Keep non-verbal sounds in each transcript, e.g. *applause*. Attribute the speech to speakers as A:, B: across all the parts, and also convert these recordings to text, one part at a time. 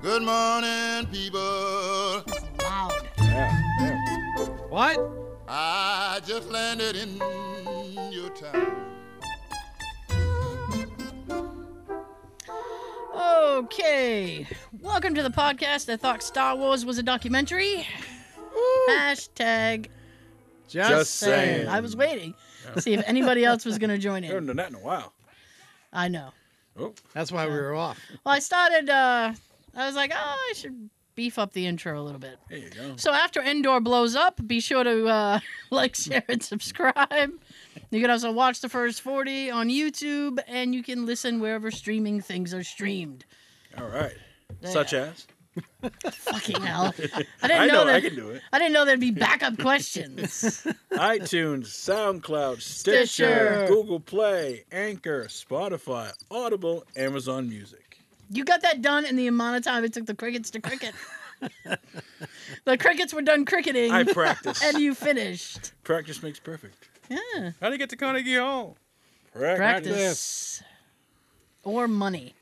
A: Good morning, people.
B: What?
A: I just landed in your town.
C: Okay. Welcome to the podcast that thought Star Wars was a documentary. Hashtag
B: Just,
D: Just
C: saying.
D: Saying.
C: I was waiting to see if anybody else was going to join
D: I haven't
C: *laughs* in.
D: done that in a while.
C: I know.
D: Oh,
B: That's why we were off.
C: Well, I started, uh, I was like, oh, I should beef up the intro a little bit.
D: there you go.
C: So after Endor blows up, be sure to uh, *laughs* like, share, and subscribe. You can also watch the first 40 on YouTube, and you can listen wherever streaming things are streamed.
D: All right.
C: There.
D: Such as
C: Fucking hell. I didn't
D: I
C: know,
D: know
C: that.
D: I can
C: *laughs*
D: do it.
C: I didn't know there'd be
D: *laughs*
C: backup questions.
D: iTunes, SoundCloud, Stitcher,
C: Stitcher.
D: Google Play, Anchor, Spotify, Audible, Amazon Music.
C: You got that done in the amount of time it took the crickets to cricket. the crickets were done cricketing, *laughs*
D: I practice.
C: and you
D: *laughs*
C: finished.
D: practice makes perfect.
C: Yeah,
E: How'd he get to Carnegie Hall?
C: practice or
D: *laughs*
C: money.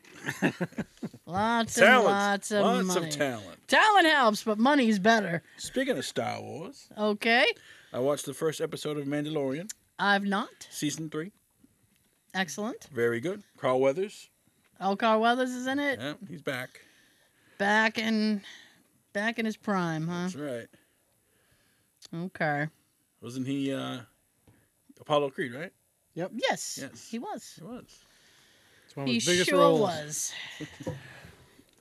C: lots and
D: Talent.
C: lots of
D: Lots
C: money.
D: of talent.
C: Talent helps, but money's better.
D: Speaking of Star Wars,
C: Okay,
D: I watched the first episode of Mandalorian,
C: I've not.
D: season three.
C: Excellent.
D: Very good. Carl Weathers.
C: Elcar Weathers is in it.
D: Yeah, he's back.
C: Back in, back in his prime, huh?
D: That's right.
C: Okay.
D: Wasn't he uh, Apollo Creed, right?
C: Yes,
D: Yes.
C: he was.
D: He was.
B: It's one of
C: He
B: his biggest
C: sure
B: roles.
C: was.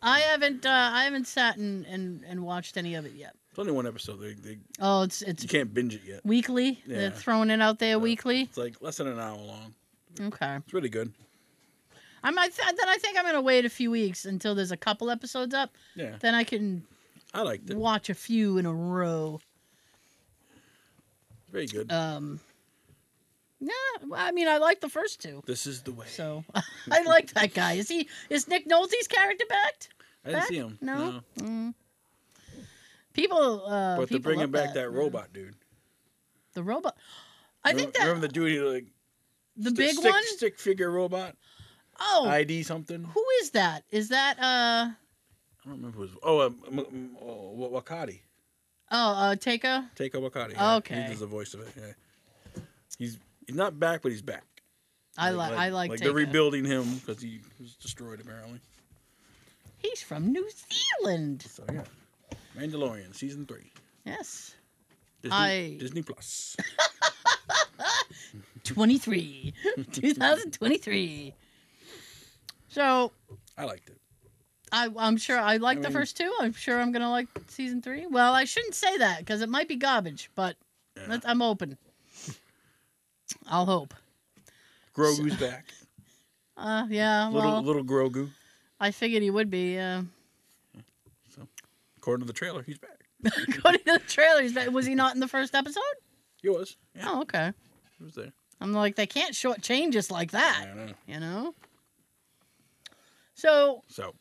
C: I haven't uh, I haven't sat and, and, and watched any of it yet.
D: It's only one episode. They, they,
C: Oh, it's it's
D: you can't binge it yet.
C: weekly. They're
D: Yeah.
C: throwing it out there weekly.
D: It's like less than an hour long.
C: Okay.
D: It's really good.
C: I might th- then I think I'm gonna wait a few weeks until there's a couple episodes up.
D: Yeah,
C: Then I can
D: I liked it.
C: watch a few in a row.
D: Very good.
C: Um. Yeah, well, I mean I like the first two.
D: this is the way.
C: So *laughs* I like that guy. Is he is Nick Nolte's character backed?
D: I didn't
C: back?
D: see him.
C: No? Mm. People uh
D: But they're
C: people
D: bringing
C: love
D: back that,
C: yeah.
D: robot dude.
C: The robot. I
D: remember,
C: think that
D: remember the dude who like
C: the
D: sti-
C: big
D: stick,
C: one.
D: stick figure robot
C: Oh,
D: ID something.
C: who is that? Is that uh
D: I don't remember who it was. Oh, um, um, um, oh Wa- Wakati.
C: oh uh Taika?
D: Take Wakati.
C: Okay.
D: he does the voice of it. Yeah, he's he's not back, but he's back.
C: I like I like,
D: they're
C: Taika.
D: rebuilding him because he was destroyed apparently.
C: He's from New Zealand.
D: So yeah, Mandalorian season three.
C: Yes.
D: Disney,
C: I-
D: Disney Plus.
C: 23 *laughs* 2023. So,
D: I
C: *laughs*
D: liked it.
C: I I'm sure I like the
D: mean-
C: first two. I'm sure I'm going to like season 3. Well, I shouldn't say that cuz it might be garbage, but
D: Yeah.
C: let's, I'm
D: *laughs*
C: open. I'll hope. *laughs*
D: Grogu's back.
C: Uh yeah,
D: Little
C: well,
D: little Grogu.
C: I figured he would be uh
D: According to the trailer, he's back.
C: *laughs* according to the trailers, but was he not in the first episode?
D: He was. Yeah,
C: Oh, okay.
D: he was there.
C: I'm like, they can't shortchange us like
D: I
C: that,
D: don't know.
C: you know? So
D: So,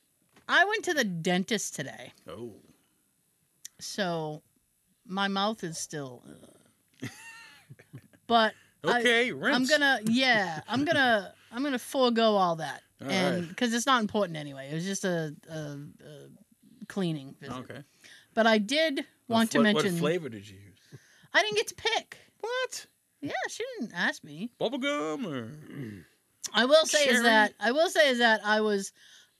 C: I went to the dentist today.
D: oh,
C: So my mouth is still.
D: *laughs*
C: uh, but I-
D: okay, rinse.
C: I'm gonna, yeah, I'm gonna, I'm gonna forego all that,
D: All
C: and
D: right.
C: because it's not important anyway. It was just a, a, a cleaning visit.
D: Okay.
C: But I did
D: What
C: want to
D: fla-
C: mention.
D: What flavor did you use?
C: I didn't get to pick.
D: What?
C: Yeah, she didn't ask me.
D: Bubblegum or?
C: I will say is
D: Sharon?
C: that I will say is that I was,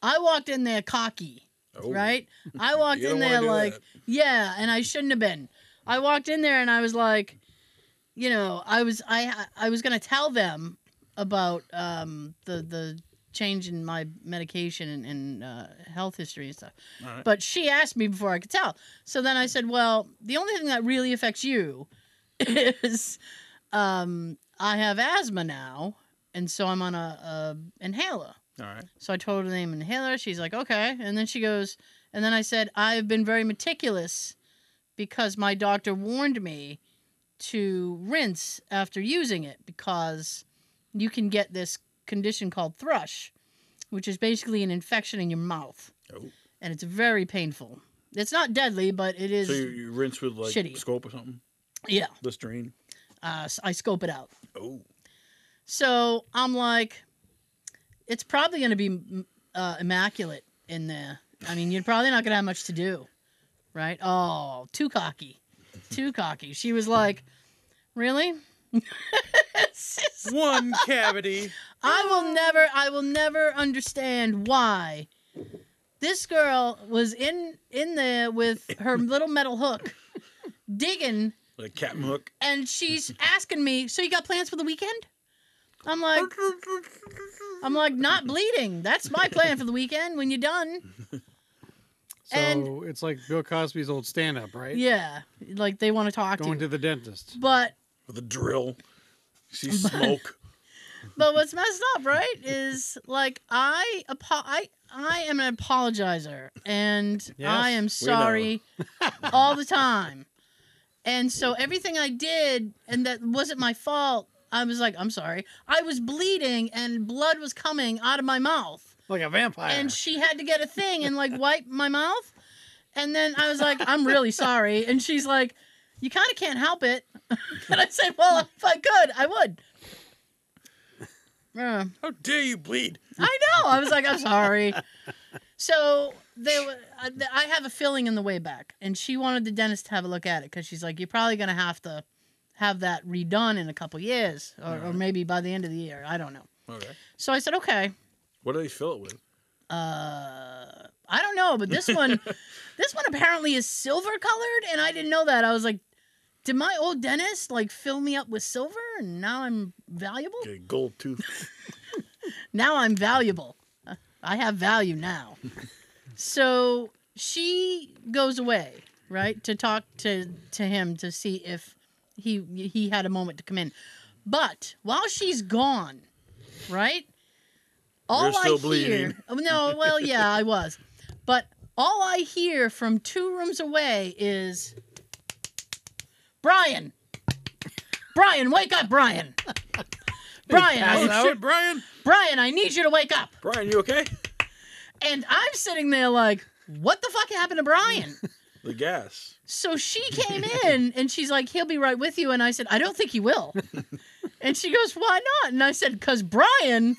C: I walked in there cocky.
D: Oh, *laughs*
C: right? I
D: you
C: walked in
D: don't wanna
C: there
D: do
C: like,
D: that.
C: yeah, and I shouldn't have been. I walked in there and I was like, you know, I was I I was gonna tell them about um, the the change in my medication and, and uh, health history and stuff.
D: All right.
C: But she asked me before I could tell. So then I said, well, the only thing that really affects you *laughs* is um, I have asthma now, and so I'm on a, a inhaler.
D: All right.
C: So I told her the name of the inhaler. She's like, okay. And then she goes, and then I said, I've been very meticulous because my doctor warned me to rinse after using it because you can get this condition called thrush, which is basically an infection in your mouth.
D: Oh.
C: And it's very painful. It's not deadly, but it is.
D: So you, you rinse with like
C: shitty.
D: scope or something?
C: yeah.
D: Listerine.
C: Uh, s- I scope it out.
D: Oh,
C: So I'm like, it's probably going to be mm, uh, immaculate in there. I mean, you're probably not gonna have much to do, right? Oh, too cocky, too cocky. She was like, "Really? *laughs* It's just-
B: One cavity.
C: I will never, I will never understand why this girl was in in there with her little metal hook, digging,
D: Like Captain
C: Mm.
D: Hook.
C: and
B: *laughs*
C: she's asking me, "So you got plans for the weekend?" I'm
B: *laughs*
C: like, I'm like, not bleeding. That's my plan for the weekend. When you're done.
B: *laughs* So
C: And-
B: it's like Bill Cosby's old stand up, right?
C: Yeah, like they want to talk to you.
B: Going to the dentist.
C: but
D: with a drill.
C: *laughs*
D: She smoke.
C: but what's messed up, right, is like I apo- I I am an apologizer and
B: Yes,
C: I am
B: *laughs*
C: sorry all the time. And so everything I did and that wasn't my fault, I was like, I'm sorry. I was bleeding and blood was coming out of my mouth.
B: Like a vampire.
C: and she had to get a thing and like wipe my mouth. And then I was like, I'm really sorry. And she's like, You kind of can't help it. *laughs* and I said, Well, if I could, I would. Yeah.
D: How dare you bleed?
C: I know. I was like, I'm sorry. So they, were- I I have a filling in the way back, and she wanted the dentist to have a look at it because she's like, you're probably gonna have to have that redone in a couple years, or, or
D: Alright.
C: maybe by the end of the year. I don't know.
D: Okay.
C: So I said, okay.
D: What do they fill it with?
C: Uh, I don't know, but this one, this one apparently is silver colored, and I didn't know that. I was like, did my old dentist like fill me up with silver, and now I'm valuable?
D: Get a gold tooth.
C: now I'm valuable. Uh, I have value
D: *laughs*
C: now. so she goes away, right, to talk to to him to see if he he had a moment to come in. But while she's gone, right, all
D: You're still
C: I
D: bleeding.
C: hear. oh, No, well, yeah,
D: *laughs*
C: I was, but all I hear from two rooms away is Brian. Brian, wake up, Brian. Brian, I-
B: *laughs* Pass
D: Oh,
B: out.
D: shit, Brian.
C: Brian, I need you to wake up.
D: Brian, you okay?
C: And I'm sitting there like, what the fuck happened to Brian?
D: The gas.
C: So she came in and she's like, he'll be right with you. And I said, I don't think he will. And she goes, why not? And I said, because Brian,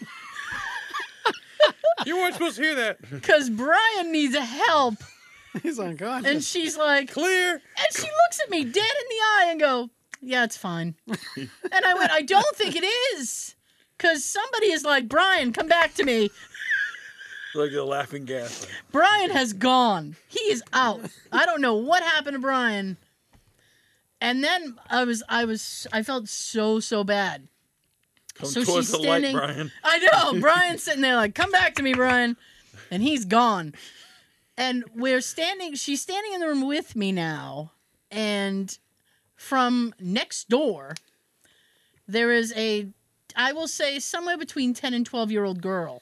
D: You weren't supposed to hear that.
C: because Brian needs help.
B: *laughs* He's
C: And
B: unconscious.
C: she's like,
D: Clear.
C: and she looks at me dead in the eye and go, yeah, it's fine. And I went, I don't think it is. Because somebody is like, Brian, come back to me.
D: *laughs* Like the laughing gas.
C: Brian has gone. He is out. I don't know what happened to Brian. And then I was I was I felt so so bad.
D: Come
C: So
D: towards
C: she's
D: the
C: standing-
D: light, Brian.
C: I know *laughs* Brian's sitting there like, "Come back to me, Brian," and he's gone. And we're standing. She's standing in the room with me now, and from next door, there is a, I will say, somewhere between ten and twelve year old girl,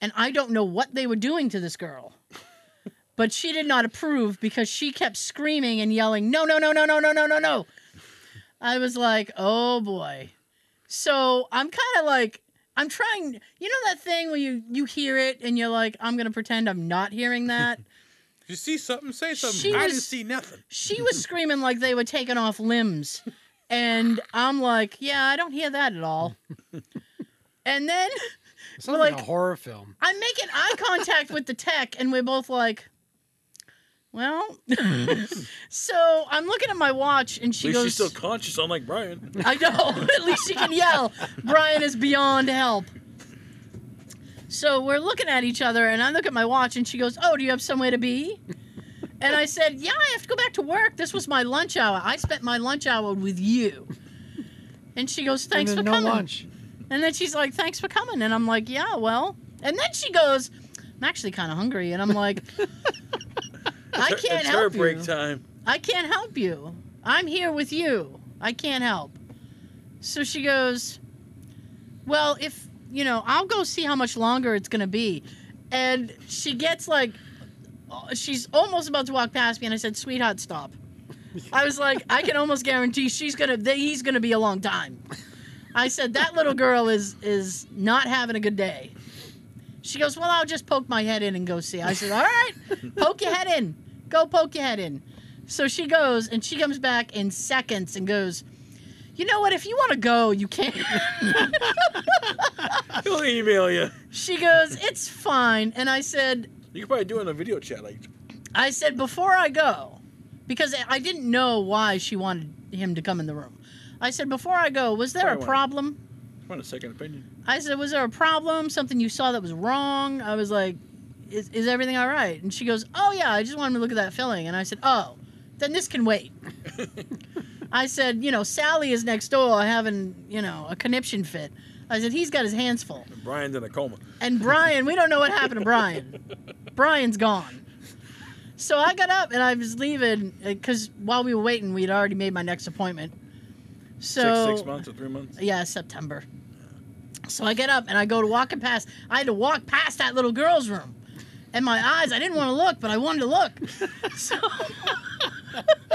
C: and I don't know what they were doing to this girl. But she did not approve because she kept screaming and yelling, "No, no, no, no, no, no, no, no, no!" I was like, "Oh boy." So I'm kind of like, I'm trying. You know that thing where you you hear it and you're like, I'm gonna pretend I'm not hearing that.
D: Did you see something? Say
C: something. She I didn't was-
D: see nothing.
C: she
D: *laughs*
C: was screaming like they were taking off limbs, and I'm like, yeah, I don't hear that at all. And then
B: It Sounds like,
C: like-
B: a horror film.
C: I'm making eye contact with the tech, and we're both like,
D: *laughs*
C: well. *laughs* so I'm looking at my watch, and
D: At
C: she
D: least
C: goes,
D: she's still conscious, unlike Brian.
C: I know. *laughs* At least she can yell. Brian is beyond help. So we're looking at each other, and I look at my watch, and she goes, "Oh, do you have somewhere to be?" And I said, "Yeah, I have to go back to work. This was my lunch hour. I spent my lunch hour with you." And she goes, "Thanks
B: and
C: for
B: then no
C: coming."
B: lunch.
C: And then she's like, "Thanks for coming." And I'm like, "Yeah, well." And then she goes, "I'm actually kind of hungry," and I'm
D: *laughs*
C: like, "I
D: It's her-
C: can't
D: it's
C: help
D: her break
C: you." *laughs*
D: time.
C: I can't help you. I'm here with you. I can't help. So she goes, Well, if, you know, I'll go see how much longer it's going to be. And she gets like, uh, she's almost about to walk past me. And I said, Sweetheart, stop. I was like, I can almost guarantee she's going to, that he's going to be a long time. I said, That little girl is, is not having a good day. She goes, Well, I'll just poke my head in and go see. I said, All right, poke your head in. Go poke your head in. So she goes and she comes back in seconds and goes, You know what? If you want to go, you can. *laughs*
D: He'll email you.
C: Uh. she goes, It's fine. And I said,
D: You could probably do it in a video chat. Like,
C: I said before I go, because I didn't know why she wanted him to come in the room. I said before I go, was there
D: Why
C: a
D: won't-
C: problem?
D: I want a second opinion.
C: I said, was there a problem? Something you saw that was wrong? I was like, is, is everything all right? And she goes, oh yeah, I just wanted to look at that filling. And I said, oh, then this can
D: *laughs*
C: wait. I said, you know, Sally is next door having, you know, a conniption fit. I said, he's got his hands full.
D: And Brian's in a coma.
C: And Brian, we don't know what happened to Brian. Brian's gone. So I got up and I was leaving because while we were waiting, we had already made my next appointment. So
D: six, six months or
C: *laughs*
D: three months.
C: yeah, September. So I get up and I go to walking past. I had to walk past that little girl's room, and my eyes. I didn't want to look, but I wanted to look. So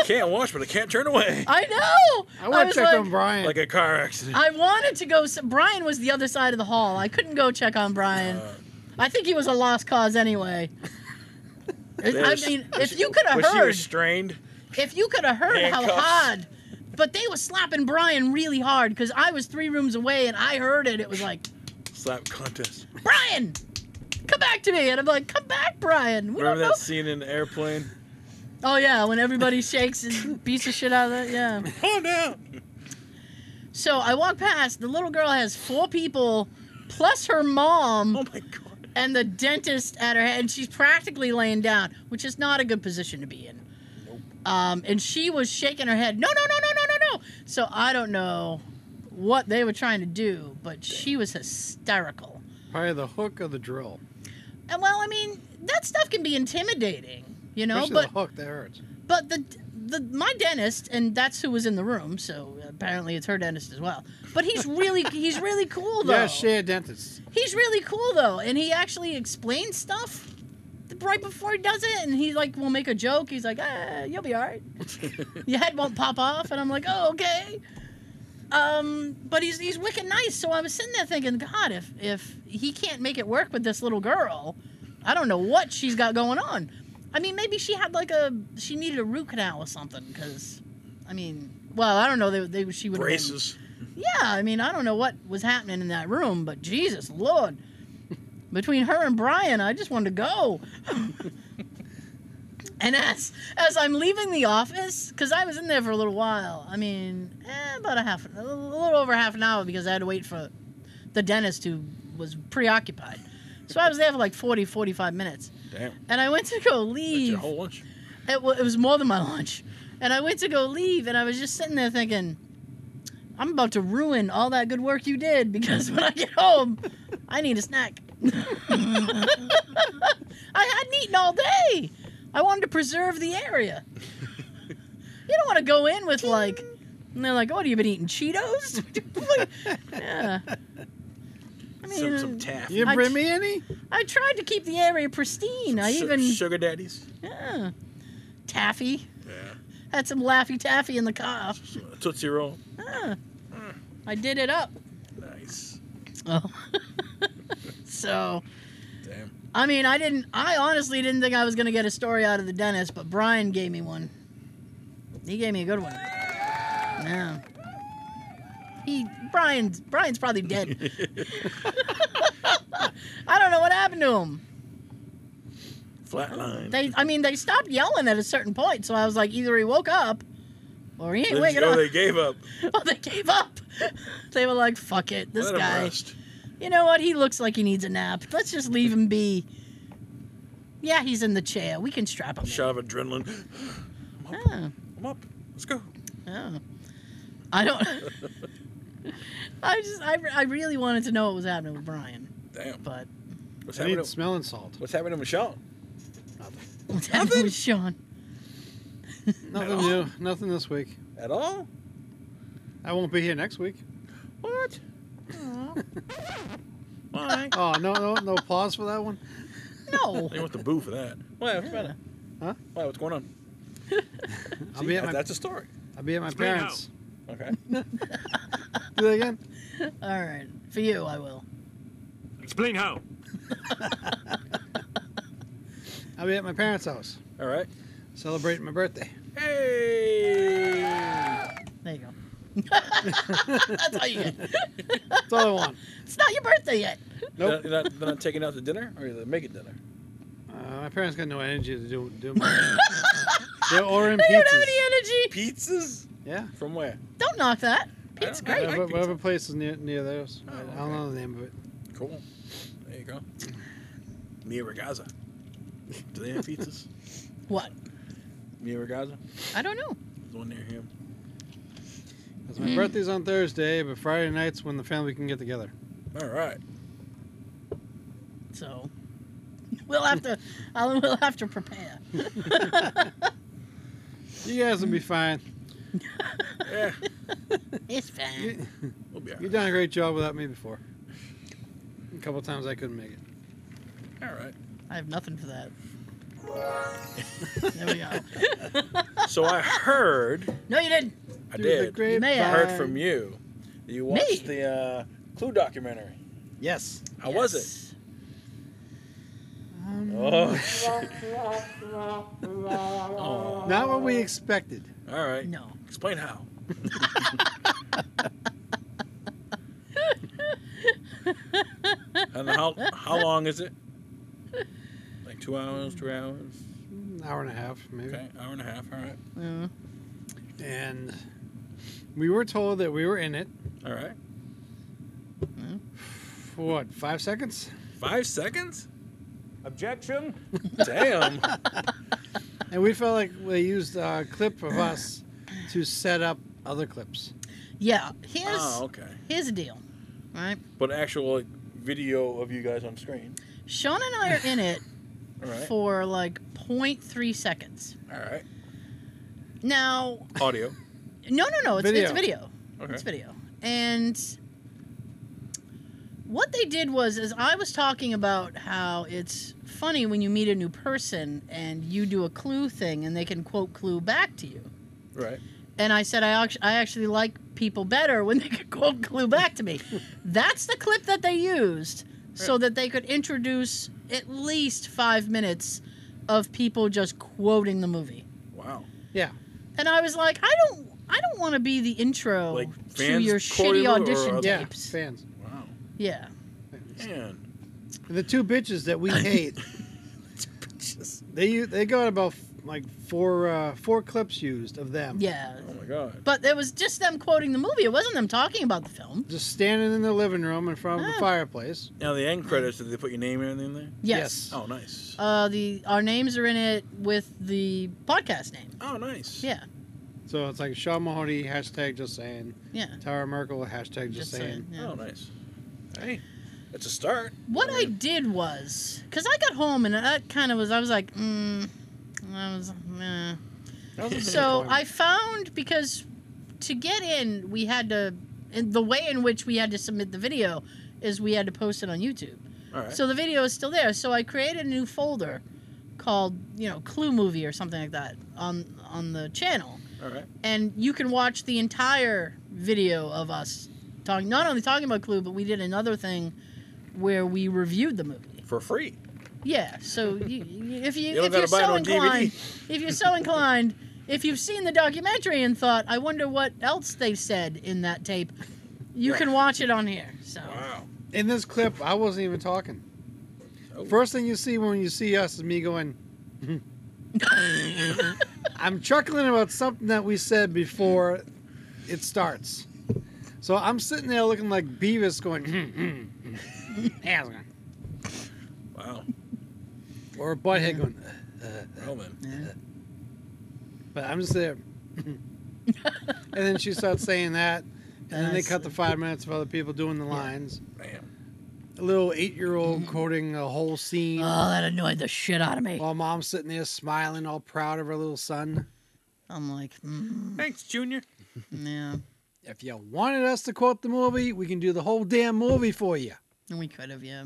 D: Can't watch, but I can't
C: *laughs*
D: turn away.
C: I know.
B: I want
C: was
B: to check
C: like,
B: on Brian.
D: Like a car accident.
C: I wanted to go. s- Brian was the other side of the hall. I couldn't go check on Brian.
D: Uh,
C: I think he was a lost cause anyway. It- I
D: there's-
C: mean,
D: was
C: if
D: she-
C: you could have
D: was she
C: heard,
D: restrained?
C: if you could have heard how
D: Handcuffs.
C: hard, but they were slapping Brian really hard because I was three rooms away and I heard it. It was like,
D: Slap contest.
C: Brian, come back to me, and I'm like, come back, Brian. We
D: Remember
C: don't
D: that scene in the airplane?
C: know. Oh yeah, when everybody shakes and beats the shit out of that, yeah.
D: Calm down.
C: So I walk past. The little girl has four people, plus her mom.
D: Oh my god.
C: and the dentist at her head, and she's practically laying down, which is not a good position to be in. Um, and she was shaking her head, no, no, no, no, no, no, no. So I don't know what they were trying to do, but she was hysterical.
B: Probably the hook or the drill.
C: And well, I mean, that stuff can be intimidating, you know.
B: Especially
C: but
B: the hook that hurts.
C: but the the my dentist, and that's who was in the room, so apparently it's her dentist as well. But he's really he's really cool though.
B: *laughs* Yeah, share dentists.
C: He's really cool though, and he actually explains stuff right before he does it, and he like will make a joke. He's like, "Ah, you'll be all right. Your head won't pop off," and I'm like, "Oh, okay." Um, but he's he's wicked nice. So I was sitting there thinking, God, if if he can't make it work with this little girl, I don't know what she's got going on. I mean, maybe she had like a she needed a root canal or something because, I mean, well, I don't know. They, they she would
D: Braces.
C: yeah, I mean, I don't know what was happening in that room, but Jesus Lord. Between her and Brian, I just wanted to go. *laughs* and as as I'm leaving the office, because I was in there for a little while, I mean, eh, about a half, a little over half an hour because I had to wait for the dentist who was preoccupied. So I was there for like 40, 45 minutes.
D: Damn.
C: And I went to go
D: That's
C: leave.
D: your whole lunch.
C: It, wa- it was more than my lunch. And I went to go leave, and I was just sitting there thinking, I'm about to ruin all that good work you did because *laughs* when I get home, I need a snack. *laughs* I hadn't eaten all day. I wanted to preserve the area. You don't want to go in with like, and they're like, oh, what have you been eating? Cheetos? *laughs* Like, yeah. I mean,
D: some some taff.
B: You
C: I
B: bring
C: t-
B: me any?
C: I tried to keep the area pristine. I
D: Su-
C: even,
D: sugar daddies.
C: yeah. taffy.
D: Yeah.
C: Had some Laffy Taffy in the car.
D: So, Tootsie roll.
C: Ah, I did it up.
D: Nice.
C: Oh. *laughs* so,
D: Damn.
C: I mean, I didn't, I honestly didn't think I was going to get a story out of the dentist, but Brian gave me one. He gave me a good one. Yeah. He, Brian's, Brian's probably dead. *laughs* I don't know what happened to him.
D: Flatline.
C: They, I mean, they stopped yelling at a certain point, so I was like, either he woke up or he ain't
D: Let's
C: waking
D: go,
C: up.
D: they gave up.
C: *laughs* Oh, they gave up. they were like, fuck it, this
D: Let 'em
C: guy.
D: rest.
C: You know what? He looks like he needs a nap. Let's just leave him be. Yeah, he's in the chair. We can strap him. in.
D: Shot of adrenaline.
C: Oh,
D: I'm up. Let's go.
C: oh. I don't. *laughs* I just, I, I really wanted to know what was happening with Brian,
D: Damn.
C: but
D: What's
B: I
D: happening?
B: need smelling salt.
D: What's happening to Michelle?
C: what's happening with Sean?
B: Nothing new. Nothing this week.
D: At all?
B: I won't be here next week.
D: What? Why?
B: Oh no no no applause for that one.
C: No.
D: They want the boo for that. Why? What's the matter?
B: Huh?
D: Why? What's going on?
B: I'll
D: See,
B: be at my
D: That's a story.
B: I'll be at my
E: me now.
B: parents.
D: Okay.
B: Do that again.
C: *laughs* All right. For you, I will.
E: Explain how.
B: I'll be at my parents' house
D: All right.
B: celebrating my birthday.
D: Hey.
C: There you go. *laughs* That's all you get. *laughs*
B: That's all I want.
C: It's not your birthday yet. *laughs*
D: They're
B: Nope.
D: not- They're not, they're not taking out to dinner, or they're making dinner.
B: Uh, Uh, my parents got no energy to do do much.
C: *laughs*
B: They're ordering pizzas.
C: Any energy?
D: Pizzas?
B: Yeah.
D: From where?
C: Don't knock that. Pizza's
D: I
C: great.
D: don't know.
B: Whatever,
D: pizza.
B: whatever place is near near those.
D: Oh,
B: I I don't know the name of it.
D: Cool. There you go. Mia Ragazza. Do they
B: *laughs*
D: have pizzas?
C: What?
D: Mia Ragazza?
C: I don't know.
D: There's one near him.
B: 'Cause
C: Mm.
B: my birthday's on Thursday, but Friday night's when the family can get together.
D: All right.
C: So we'll have to. I'll, we'll have to prepare.
B: You guys
C: Mm.
B: will be fine.
D: Yeah.
C: It's fine.
B: You,
D: We'll be all
B: you've
D: right.
B: done a great job without me before. A couple times I couldn't make it.
D: All right.
C: I have nothing for that. there we go.
D: So I heard,
C: No, you didn't.
D: I
B: Through the
D: did,
B: grapevine.
C: may
D: I heard from you that you watched the uh, Clue documentary.
B: Yes.
D: How Oh, was it?
C: Yes.
B: Um,
D: Oh,
B: Not what we expected.
D: all right.
C: No.
D: Explain how. and how how long is it? Like two hours, two hours.
B: An hour and a half, maybe.
D: Okay, hour and a half. All right,
C: Uh,
B: And we were told that we were in it
D: all right.
B: for what, five seconds?
D: Five seconds?
E: Objection?
C: *laughs*
D: Damn.
B: And we felt like they used a clip of us to set up other clips.
C: yeah. Here's
D: oh, okay.
C: here's the deal. Right.
D: But actual like, video of you guys on screen.
C: Sean and I are in it
D: *laughs* All right.
C: for like 0.3 seconds.
D: All right.
C: Now, *laughs*
D: Audio.
C: no, no, no. It's video. It's
B: Video.
C: video.
D: Okay.
C: It's video. And what they did was, is I was talking about how it's funny when you meet a new person and you do a clue thing and they can quote clue back to you.
D: Right.
C: And I said, I actually, I actually like people better when they can quote clue back to me. That's the clip that they used so that they could introduce at least five minutes of people just quoting the movie.
D: Wow.
B: Yeah.
C: And I was like, I don't, I don't want to be the intro
D: Like
C: to
D: fans
C: your shitty
D: quoted it or
C: audition
D: other-
B: Yeah.
C: tapes.
B: Fans.
D: Wow.
C: Yeah.
D: Man.
B: The *laughs* two bitches that we hate,
D: Just-
B: they u- they got about like four uh, four clips used of them.
C: Yeah.
D: Oh my God.
C: But it was just them quoting the movie. It wasn't them talking about the film.
B: Just standing in the living room in front of the
C: Oh.
B: fireplace.
D: Now the end credits. Did they put your name and everything there?
C: Yes.
D: Oh, nice.
C: Uh, the our names are in it with the podcast name.
D: Oh, nice.
C: Yeah.
B: So it's like Sean Mahoney hashtag just saying,
C: Yeah.
B: Tara Merkel hashtag just, saying.
C: yeah.
D: Oh, nice. Hey, it's a start.
C: What I did was, cause I got home and that kind of was. I was like, mm, I was, meh.
B: That *laughs* was
C: so
B: a disappointment.
C: I found because to get in, we had to, and the way in which we had to submit the video is we had to post it on YouTube.
D: All right.
C: So the video is still there. So I created a new folder called, you know, Clue Movie or something like that on on the channel,
D: All right.
C: and you can watch the entire video of us talking, not only talking about Clue, but we did another thing where we reviewed the movie.
D: For free.
C: Yeah.
D: *laughs*
C: So you, you- if you,
D: You don't
C: if you're
D: gotta buy it
C: so
D: on DVD.
C: inclined, if you're so inclined, if you've seen the documentary and thought, I wonder what else they said in that tape, you
D: Yeah.
C: can watch it on here. So
D: Wow.
B: in this clip, I wasn't even talking.
D: Oh.
B: First thing you see when you see us is me going. "Mm-hmm." I'm chuckling about something that we said before it starts. So I'm sitting there looking like Beavis going, "Mm-hmm,"
D: Wow.
B: or Butthead going,
D: Well then.
B: but I'm just there. "Mm-hmm." and then she starts saying that, and then they cut the five minutes of other people doing the lines.
D: Bam.
B: A little eight year old quoting a whole scene
C: Oh, that annoyed the shit out of me.
B: while mom's sitting there smiling, all proud of her little son.
C: I'm like, mm,
D: Thanks, Junior.
C: yeah,
B: If you wanted us to quote the movie, we can do the whole damn movie for you.
C: we could have, yeah.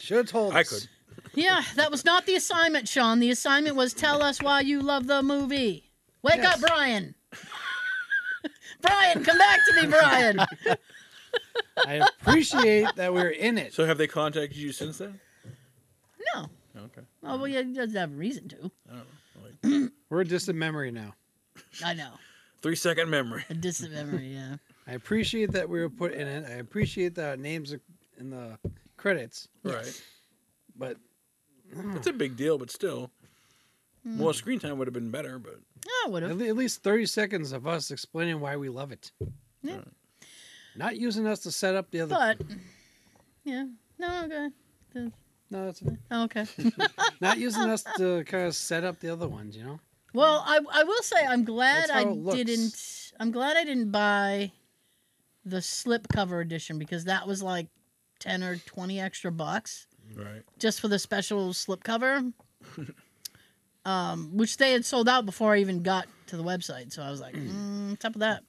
B: Should have told
D: I
B: us.
D: could.
C: Yeah, that was not the assignment, Sean. The assignment was tell us why you love the movie. Wake
B: Yes.
C: up, Brian. *laughs* Brian, come back to me, Brian.
B: I appreciate that we're in it.
D: So have they contacted you since then?
C: No.
D: Okay.
C: Oh, well, yeah, he doesn't have a reason to.
D: I don't know. Like,
B: We're just a memory now.
C: I know.
D: three second
C: *laughs*
D: memory.
C: A distant memory, yeah.
B: I appreciate that we were put in it. I appreciate that our names are in the credits,
D: Right.
B: but
D: It's a big deal, but still,
C: Hmm.
D: more screen time would have been better. But
C: Yeah, would
B: At
C: have.
B: le- at least 30 seconds of us explaining why we love it.
C: Yeah.
B: Not using us to set up the other.
C: But yeah, no, okay,
B: no, that's fine.
C: Oh, okay.
B: Not using us to kind of set up the other ones, you know?
C: Well, I I will say I'm glad
B: That's how
C: I
B: it looks.
C: didn't. I'm glad I didn't buy the slipcover edition because that was like ten or twenty extra bucks
D: right,
C: just for the special
B: *laughs*
C: slipcover, um, which they had sold out before I even got to the website. So I was
B: *clears throat*
C: like, mm, top of that.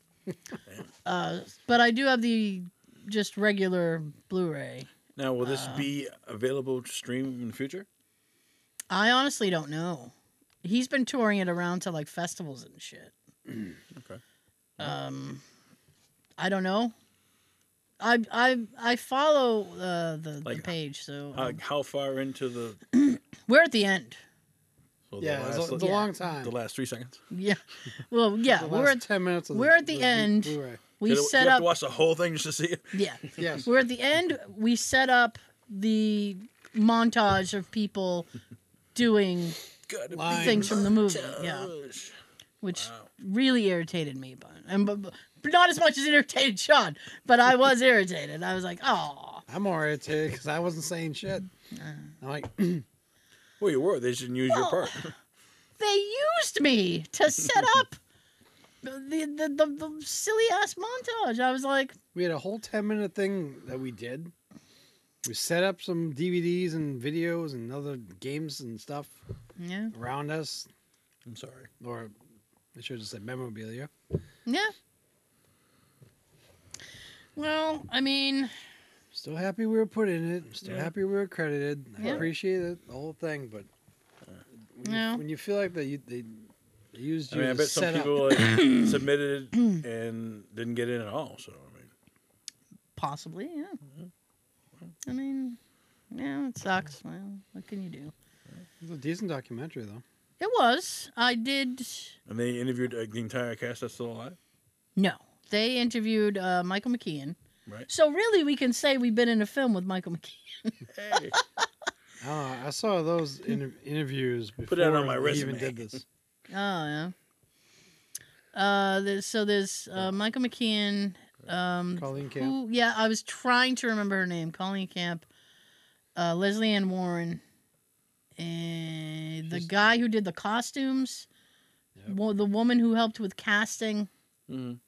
C: Uh, but I do have the just regular Blu-ray.
D: now will this
C: Uh,
D: be available to stream in the future?
C: I honestly don't know. He's been touring it around to like festivals and shit.
D: *clears throat* Okay.
C: Um, I don't know. I I I follow uh, the, the
D: Like,
C: page, so
D: Uh,
C: um,
D: how far into the,
C: we're at the end. *laughs*
D: well, the
B: Yeah,
D: last,
B: it's a, it's
D: the,
B: a
C: yeah.
B: long time.
D: last three seconds?
C: Yeah. Well, yeah,
B: The
C: we're
B: last
C: at
B: 10 minutes of
C: we're at the
B: Blu-
C: end.
B: Blu-ray.
C: we
D: You have to-
C: set
D: you have
C: up.
D: to watch the whole thing just to *laughs* see it.
C: Yeah,
B: Yes.
C: we're at the end. We set up the montage of people doing,
D: Gotta
B: Lines.
D: be
B: Things
C: from the movie, yeah.
D: montage.
C: which
D: Wow.
C: really irritated me, but and but, but not as much as it irritated Sean, but I was *laughs* irritated. I was like, oh,
B: I'm all right too because I wasn't saying shit.
C: Uh.
B: I'm like,
D: Well, you were. They just didn't use your
C: Well,
D: part.
C: they used me to set up the the, the, the silly ass montage. I was like,
B: we had a whole 10 minute thing that we did. We set up some DVDs and videos and other games and stuff
C: yeah,
B: around us,
D: I'm sorry.
B: or I should have said memorabilia.
C: yeah. Well, I mean,
B: Still happy we were put in it. Still
D: Yeah.
B: happy we were credited. I
C: Yeah.
B: appreciate it, the whole thing. But when,
C: Yeah.
B: you, when you feel like that, you, they, they used
D: I
B: you
D: mean, I
B: to
D: bet some
B: set up.
D: people like, submitted and didn't get in at all. So I mean,
C: possibly, yeah. I mean, yeah, it sucks. Well, what can you do?
B: It's a decent documentary, though.
C: It was. I did.
D: and they interviewed uh, the entire cast that's still alive,
C: No, they interviewed uh, Michael McKean.
D: right?
C: So really, we can say we've been in a film with Michael McKean.
D: Hey,
B: I, don't know, I saw
D: *laughs*
B: those inter- interviews before
D: Put that on my
B: we even
D: resume.
B: did
D: *laughs*
B: this.
C: Oh yeah. Uh, there's, so there's uh, Michael McKean. Um,
B: Colleen Camp.
C: who, yeah, I was trying to remember her name. Colleen Camp, uh, Leslie Ann Warren, and the
B: She's-
C: guy who did the costumes,
B: Yep.
C: wo- the woman who helped with casting,
D: Mhm.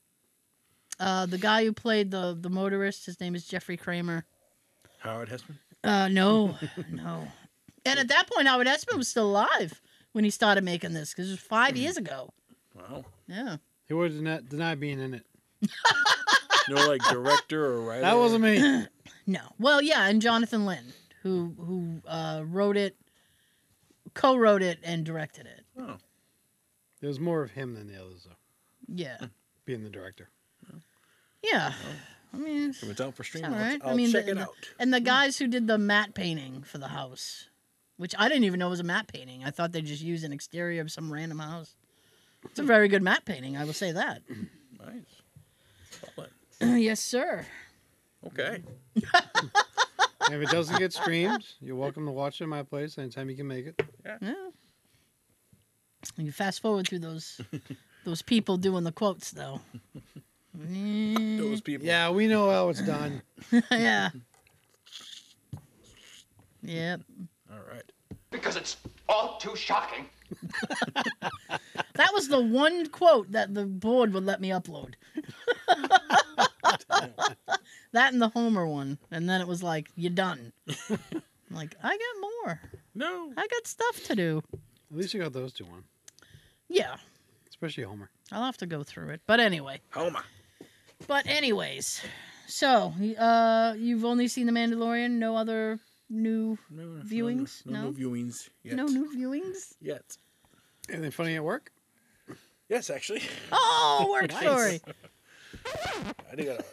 C: uh, the guy who played the the motorist. His name is Jeffrey Kramer.
D: Howard Hessman.
C: Uh, no, no. And at that point, Howard Esman was still alive when he started making this because it was five years ago.
D: Wow.
C: Yeah.
B: He would deny, deny being in it.
D: No, like director or writer.
B: That wasn't me.
C: No. Well, yeah, and Jonathan Lynn, who who uh, wrote it, co-wrote it, and directed it.
D: Oh,
B: There's more of him than the others, though,
C: Yeah.
B: being the director.
C: Yeah. I mean,
D: if it's out for streaming,
C: all
D: I'll-
C: right. I
D: I'll,
C: mean,
D: check
C: the-
D: it
C: the-
D: out.
C: and the guys who did the matte painting for the house, which I didn't even know was a matte painting. I thought they just used an exterior of some random house. It's a very good matte painting, I will say that. *clears throat*
D: Nice. Solid.
C: yes, sir.
D: Okay.
B: And if it doesn't get streamed,
D: *laughs*
B: you're welcome to watch it at my place anytime you can make it.
C: Yeah. You fast forward through those those people doing the quotes though. Mm,
D: Those people.
B: Yeah, we know how it's done.
C: yeah. Yep.
D: All right.
F: because it's all too shocking.
C: That was the one quote that the board would let me upload. *laughs* that and the Homer one. And then it was like, you're done. *laughs* I'm like, I got more.
D: No.
C: I got stuff to do.
B: At least you got those two on,
C: Yeah.
B: especially Homer.
C: I'll have to go through it. But anyway.
D: Homer.
C: But anyways, so uh, you've only seen The Mandalorian, no other new,
D: No, no, no,
C: Viewings?
D: No, new viewings. Yet.
C: no new
D: *laughs*
C: viewings.
D: Yet.
B: Anything funny at work?
D: Yes, actually.
C: Oh, work story.
D: I do got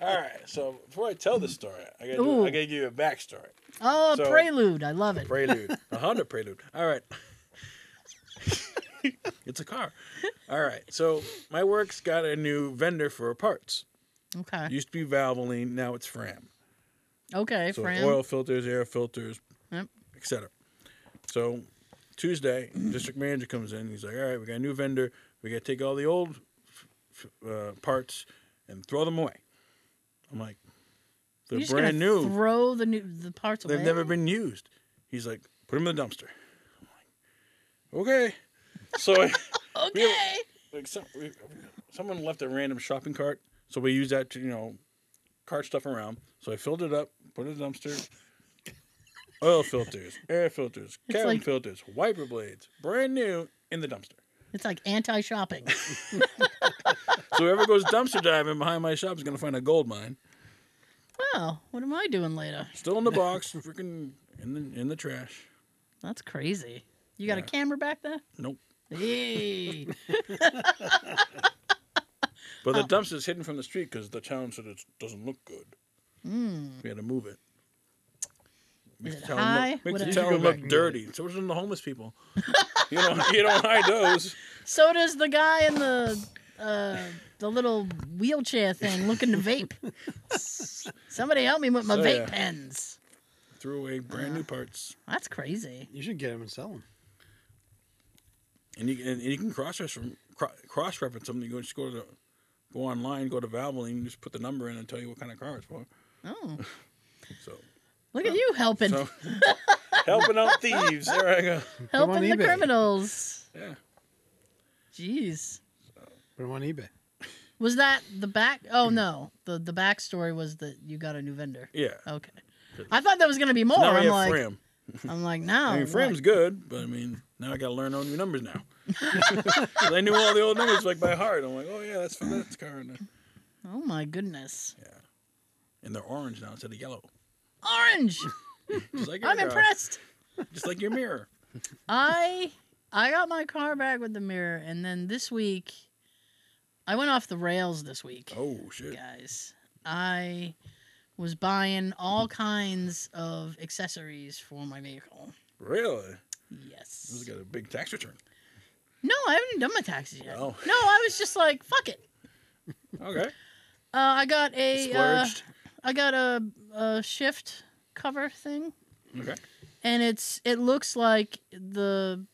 D: All right. So before I tell the story, I gotta,
C: Ooh.
D: do, I gotta give you a backstory.
C: Oh,
D: So-
C: prelude. I love it.
D: Prelude. A Honda Prelude. All right. *laughs* it's a car. All right. So my work's got a new vendor for parts.
C: Okay.
D: Used to be Valvoline, now it's Fram.
C: Okay,
D: so it's
C: Fran.
D: oil filters, air filters,
C: Yep.
D: etc. So Tuesday, district manager comes in. He's like, all right, we got a new vendor. We got to take all the old f- f- uh, parts and throw them away. I'm like, they're
C: You're just
D: brand
C: gonna
D: new.
C: Throw the new the parts away.
D: They've never been used. He's like, put them in the dumpster. I'm like, okay. So I, we have-
C: okay.
D: like some, we, someone left a random shopping cart, so we used that to you know cart stuff around. So I filled it up, put it in the
C: *laughs*
D: dumpster. Oil filters, air filters,
C: It's
D: cabin
C: like-
D: filters, wiper blades, brand new in the dumpster.
C: It's like
D: *laughs*
C: anti-shopping.
D: So whoever goes dumpster diving behind my shop is gonna find a gold mine.
C: oh, what am I doing later?
D: Still in
C: *laughs*
D: the box, freaking in the in the trash.
C: That's crazy. You got
D: Yeah.
C: a camera back there?
D: Nope.
C: Hey.
D: But the
C: Oh.
D: dumpster's hidden from the street because the town said it doesn't look good.
C: mm.
D: We had to move it. Makes
C: it
D: the town
C: high?
D: look, makes
C: Would
D: the
C: it-
D: town
B: You go back
D: look
B: and get it.
D: dirty. So does the homeless people. you don't *laughs* you don't hide those.
C: So does the guy in the uh, the little wheelchair thing looking to vape. Somebody help me with my
D: So,
C: vape
D: yeah.
C: pens.
D: Threw away brand new parts,
C: That's crazy.
B: You should get them and sell them.
D: and you and, and you can cross cross reference them. You go just go to go online, go to Valvoline, and just put the number in and tell you what kind of car it's for.
C: Oh,
D: So
C: look at you helping, *laughs*
D: so helping out thieves. There I go.
B: Come on
C: helping the
B: eBay.
C: criminals.
D: Yeah.
C: Jeez,
B: Put them on eBay.
C: was that the back?
D: Hmm.
C: Oh no, the the backstory was that you got a new vendor.
D: Yeah.
C: Okay, I thought that was gonna be more.
D: now we
C: I'm
D: have
C: like,
D: Fram.
C: I'm like, no.
D: I mean,
C: what?
D: Fram's good, but I mean, now I got to learn all new numbers now. *laughs* 'Cause I knew all the old numbers like by heart. I'm like, oh yeah, that's for that's
C: *laughs*
D: car, and,
C: Oh my goodness,
D: and they're orange now instead of yellow. *laughs*
C: orange.
D: Just like your
C: Hmm. I'm
D: car.
C: impressed.
D: Just like
C: *laughs*
D: your mirror.
C: I I got my car back with the mirror, and then this week I went off the rails. This week,
D: Oh shit.
C: guys, I was buying all kinds of accessories for my vehicle.
D: Really?
C: Yes.
D: This has got a big tax return.
C: No, I haven't even done my taxes yet.
D: Oh.
C: No, I was just like, fuck it.
D: Okay.
C: Uh, I got a uh,
D: Splurged.
C: I got a, a shift cover thing,
D: Okay.
C: and it's it looks like the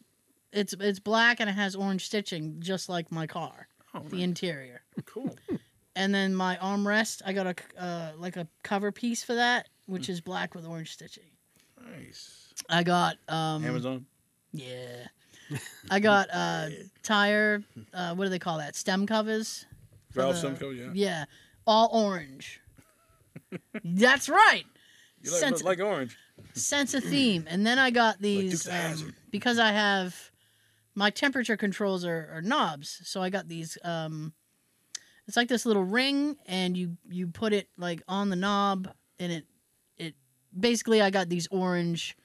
C: it's it's black and it has orange stitching, just like my car,
D: Oh,
C: the interior.
D: cool.
C: and then my armrest i got a c- uh, like a cover piece for that
D: Mm.
C: which is black with orange stitching
D: Nice.
C: i got um
D: Amazon. *laughs*
C: yeah i got uh tire uh what do they call that stem covers for
D: Valve
C: the-
D: Simcoe, yeah.
C: yeah all
D: *laughs*
C: orange that's right
D: You like,
C: sense-
D: like orange.
C: sense a theme and then i got these
D: Dukes of
C: um,
D: Hazzard.
C: because i have my temperature controls are, are knobs so i got these um it's like this little ring and you you put it like on the knob and it it basically i got these orange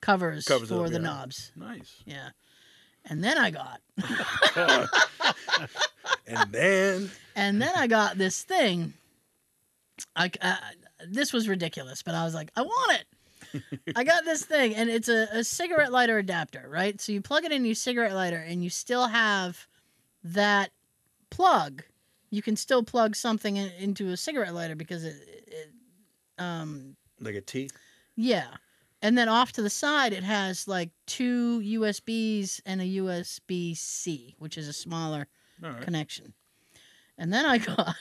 C: covers,
D: Covers it
C: for
D: up,
C: the
D: yeah.
C: knobs *laughs*
D: Nice.
C: yeah and then i got
D: and then
C: and then i got this thing i uh, this was ridiculous but i was like i want it I got this thing, and it's a, a cigarette lighter adapter, right? So you plug it in your cigarette lighter, and you still have that plug. You can still plug something in, into a cigarette lighter because it, it, um,
D: like a T.
C: yeah. And then off to the side, it has like two USBs and a USB C, which is a smaller
D: All right.
C: connection. And then I
D: *laughs*
C: got,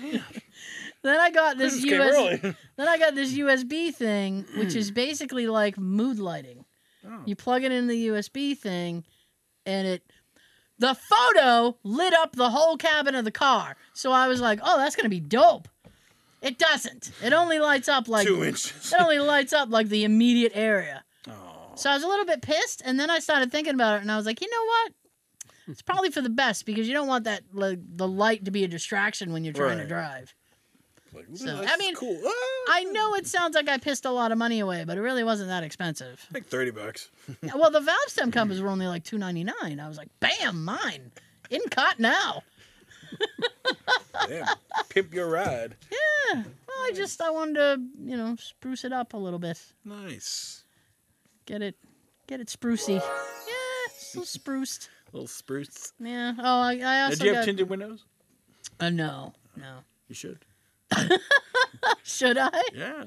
C: then I got this
D: Christmas came
C: USB.
D: early.
C: Then I got this USB thing, which
D: *clears throat*
C: is basically like mood lighting.
D: Oh.
C: You plug it in the USB thing, and it the photo lit up the whole cabin of the car. So I was like, "Oh, that's gonna be dope." It doesn't. It only lights up like
D: Two
C: it *laughs*
D: inches.
C: only lights up like the immediate area.
D: Oh.
C: So I was a little bit pissed, and then I started thinking about it, and I was like, you know what? It's probably for the best because you don't want that like, the light to be a distraction when you're trying
D: Right.
C: to drive.
D: Like,
C: So,
D: "Ooh,
C: I
D: that's
C: mean,
D: cool. Ah!
C: I know it sounds like I pissed a lot of money away, but it really wasn't that expensive.
D: *laughs* Ah, like thirty bucks.
C: Yeah, well, the valve stem covers were only like two ninety nine. I was like, bam, mine in cot now. *laughs*
D: Damn. Pimp your ride.
C: Yeah. Well, I just I wanted to you know spruce it up a little bit,
D: Nice.
C: get it, get it sprucey. Yeah, still spruced.
D: Little spruce.
C: Yeah. Oh, I, I also
D: Did you have
C: got.
D: tinted windows?
C: uh, no, no.
D: You should.
C: Should I?
D: Yeah.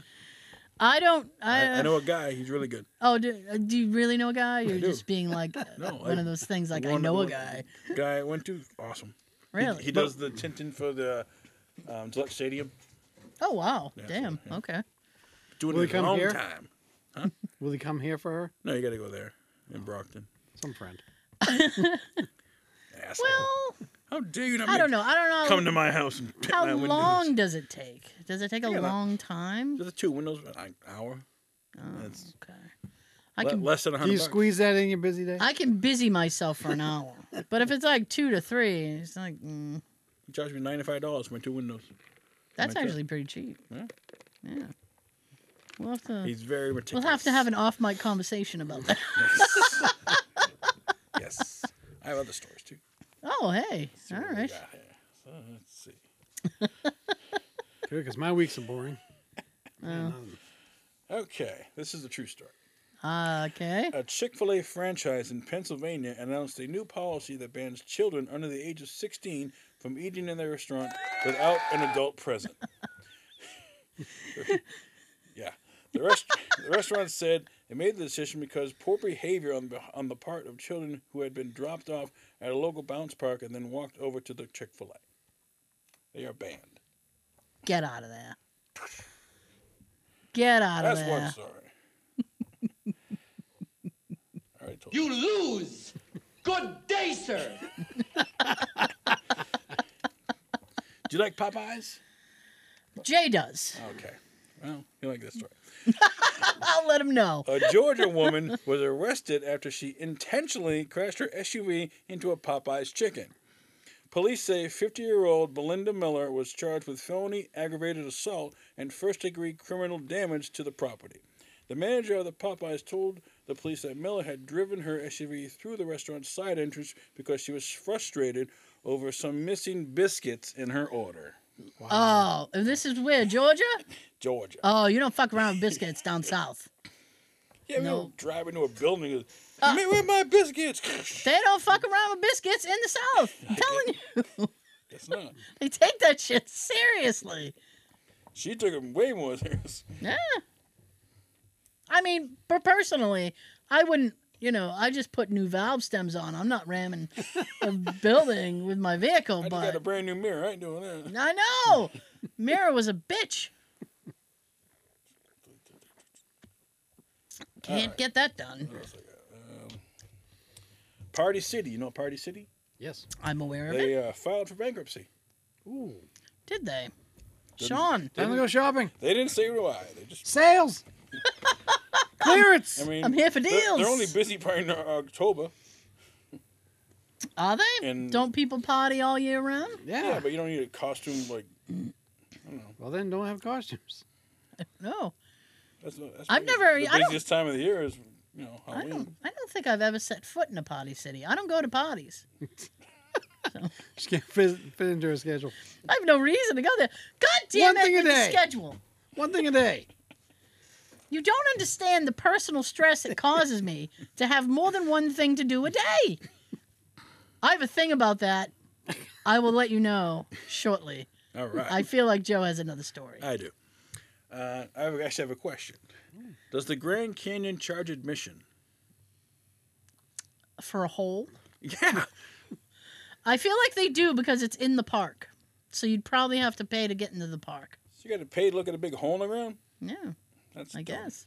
C: I don't. I, uh,
D: I, I know a guy. He's really good.
C: Oh, do, uh, do you really know a guy? You're
D: do.
C: just being
D: *laughs*
C: like uh,
D: No,
C: one
D: I-
C: of those things like I
D: one-
C: know a
D: one-
C: guy.
D: Guy I went to, awesome. He-
C: Really?
D: He, does the Tintin for the um, Gillette Stadium.
C: Oh wow!
D: Yeah,
C: Damn.
D: yeah.
C: Okay.
D: Doing
B: Will
D: it
B: he
D: a
B: come
D: long
B: here?
D: time.
B: Will he come here for her?
D: No, you got to go there in Brockton.
B: Some friend.
D: Asshole.
C: Well,
D: how dare you not
C: I
D: make-
C: don't know. I don't know.
D: come to my house and tip
C: How
D: my windows.
C: long does it take? Does it take a
D: Yeah, about-
C: long time?
D: There's the two windows, like an hour. That's
C: Okay. Oh. I
D: le-
C: can
D: less than a
B: Do
D: hundred.
B: you
D: bucks.
B: squeeze that in your busy day?
C: I can busy myself for an
D: *laughs*
C: hour, but if it's like two to three, it's like mm,
D: He charged me ninety five dollars for my two windows.
C: that's
D: Like that.
C: actually pretty cheap.
D: Yeah.
C: Yeah. We'll have to.
D: He's very
C: Mm. We'll
D: meticulous.
C: have to have an off mic conversation about that.
D: *laughs*
C: *laughs*
D: Yes. yes. I have other stories too.
C: Oh, hey.
D: See
C: All
D: what we
C: right.
D: got here. So let's see.
B: Because my weeks are boring.
C: Oh.
D: Okay, this is a true story.
C: Uh, Okay.
D: *laughs* A Chick fil A franchise in Pennsylvania announced a new policy that bans children under the age of 16 from eating in their restaurant without an adult present. *laughs* yeah. The, rest- the restaurant said it made the decision because poor behavior on, the- on the part of children who had been dropped off at a local bounce park and then walked over to the Chick fil A. They are banned.
C: Get out of there. Get out of
D: That's
C: there.
D: one story. I already told you.
F: You lose. Good day, sir.
D: *laughs* Do you like Popeyes?
C: Jay does.
D: Okay. Well, you like this story.
C: I'll let him know.
D: A Georgia woman was arrested after she intentionally crashed her SUV into a Popeye's chicken. Police say 50 year old Belinda Miller was charged with felony aggravated assault and first degree criminal damage to the property. The manager of the Popeyes told the police that Miller had driven her SUV through the restaurant's side entrance because she was frustrated over some missing biscuits in her order.
C: Oh, and this is where Georgia.
D: Georgia.
C: Oh, you don't fuck around with biscuits down south.
D: Yeah, we
C: No.
D: don't drive into a building. *laughs* and- Man, where are my biscuits?
C: They don't fuck around with biscuits in the south. I'm telling you, *laughs*
D: It's not.
C: they take that shit seriously.
D: She took him way more serious.
C: Yeah. I mean, per- personally, I wouldn't. You know, I just put new valve stems on. I'm not ramming
D: *laughs*
C: a building with my vehicle,
D: I just got
C: but
D: a brand new mirror. I ain't doing that.
C: I know Mira was a bitch. Can't
D: Alright.
C: get that done.
D: Party City. You know Party City?
B: Yes.
C: I'm aware of it.
D: They uh, filed for bankruptcy.
B: Ooh.
C: Did they? Sean,
B: Time to go shopping.
D: They didn't say why. They just.
B: Sales. Clearance.
D: I mean,
C: I'm here for
D: they're- They're,
C: deals.
D: only busy partying in October.
C: are they?
D: And-
C: Don't people party all year round?
B: yeah.
D: Yeah, but you don't need a costume like.
B: Well, then don't have costumes. *laughs*
C: No,
D: That's, that's
C: I've
D: probably
C: never- I
D: The
C: don't-
D: busiest time of the year is you know
C: I
D: Halloween.
C: don't. I don't think I've ever set foot in a potty city. I don't go to potties.
B: Just can't fit, fit into her schedule.
C: I have no reason to go there. God damn
B: One
C: it
B: thing a
C: with the
B: day.
C: schedule.
B: One thing a day.
C: You don't understand the personal stress it causes me to have more than one thing to do a day. I have a thing about that. I will let you know shortly.
D: All right.
C: I feel like Joe has another story.
D: I do. Uh, I have- actually have a question. Does the Grand Canyon charge admission? *laughs*
C: For a hole?
D: Yeah.
C: I feel like they do because it's in the park. So you'd probably have to pay to get into the park.
D: So you got to pay to look at a big hole in the ground?
C: Yeah,
D: That's
C: I
D: dumb.
C: guess.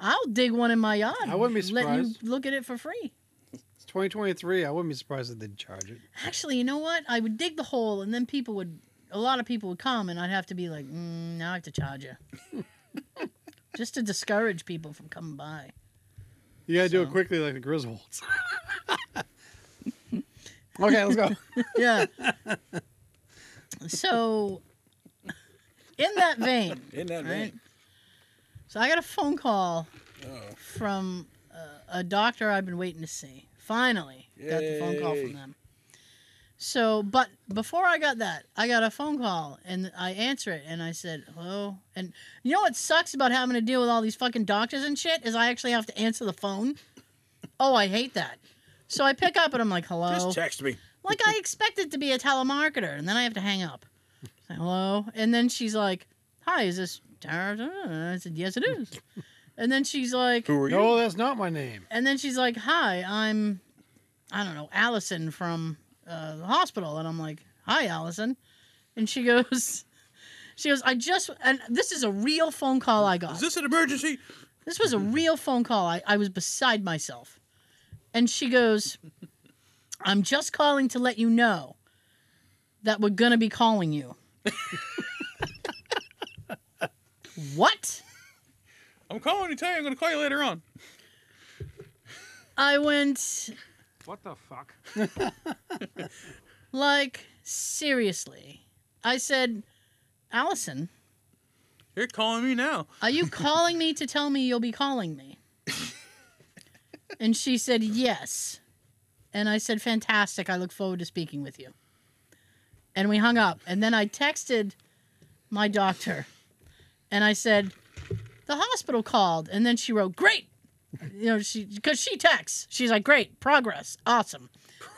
C: I'll dig one in my yard.
B: I wouldn't be
C: and Let you
B: surprised.
C: look at it for free.
B: It's 2023. I wouldn't be surprised if they'd charge it.
C: Actually, you know what? I would dig the hole, and then people would, a lot of people would come, and I'd have to be like, mm, now I have to charge you. Just to discourage people from coming by.
B: You gotta do it
C: So.
B: quickly, like the Griswolds. *laughs* okay, let's go.
C: Yeah. so, in that vein,
D: In
C: Right.
D: that vein.
C: So I got a phone call
D: Oh.
C: from uh, a, a doctor I've been waiting to see. Finally, got the phone call
D: Yay.
C: from them. So, but before I got that, I got a phone call and I answer it and I said, hello. And you know what sucks about having to deal with all these fucking doctors and shit is I actually have to answer the phone. Oh, I hate that. So I pick up and I'm like, hello
D: Just text me.
C: like I expected to be a telemarketer, and then I have to hang up. It's like, Hello, and then she's like, "Hi, is this Tara. I said, yes, it is. And then she's like,
D: Who are you?
B: No, that's not my name.
C: and then she's like, hi, I'm, I don't know, Allison from uh, the hospital. And I'm like, hi, Allison. And she goes, *laughs* she goes, I just, and this is a real phone call I got.
D: Is this an emergency?
C: This was a real phone call. I, I was beside myself. And she goes, I'm just calling to let you know that we're going to be calling you. what?
D: I'm calling you today. I'm going to call you later on.
C: I went,
E: What the fuck?
C: *laughs* like, seriously. I said, Allison,
D: You're calling me now.
C: are you calling me to tell me you'll be calling me? and she said, yes. And I said, fantastic. I look forward to speaking with you. And we hung up. And then I texted my doctor and I said, the hospital called. And then she wrote, great. You know, she, because she texts. She's like, great, progress, awesome.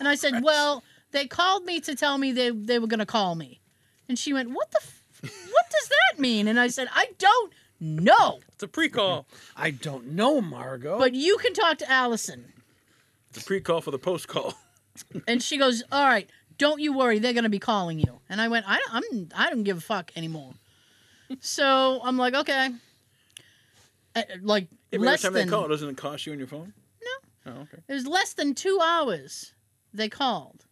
C: And I said, well, they called me to tell me they, they were going to call me. And she went, what the, f- what does that mean? And I said, I don't know.
D: It's a pre-call.
B: I don't know, Margot.
C: But you can talk to Allison.
D: It's a pre-call for the post-call. *laughs*
C: And she goes, "All right, don't you worry. They're gonna be calling you." And I went, "I don't, I'm, I don't give a fuck anymore." so I'm like, okay, Uh, like
D: Yeah, but every
C: less
D: time
C: than
D: they call, doesn't it cost you on your phone? No. Oh, okay.
C: it was less than two hours. They called,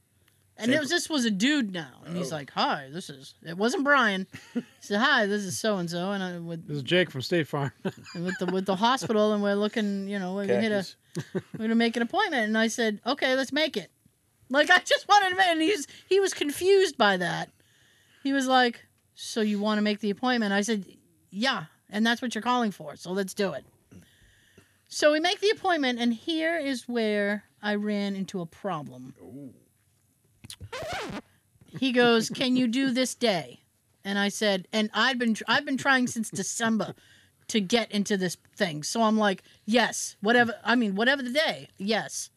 C: and
D: Same
C: it was this was a dude now, and he's
D: Oh.
C: like, "Hi, this is." It wasn't Brian. he said, "Hi, this is so and so," and I with
B: this is Jake from State Farm. *laughs*
C: with the with the hospital, and we're looking, you know, we hit a.
D: Khakis.
C: we're gonna make an appointment and i said okay let's make it like i just wanted to make and he's he was confused by that he was like so you want to make the appointment i said yeah and that's what you're calling for so let's do it so we make the appointment and here is where i ran into a problem he goes can you do this day and i said and i've been tr- i've been trying since december to get into this thing. So I'm like, yes, whatever. I mean, whatever the day, yes.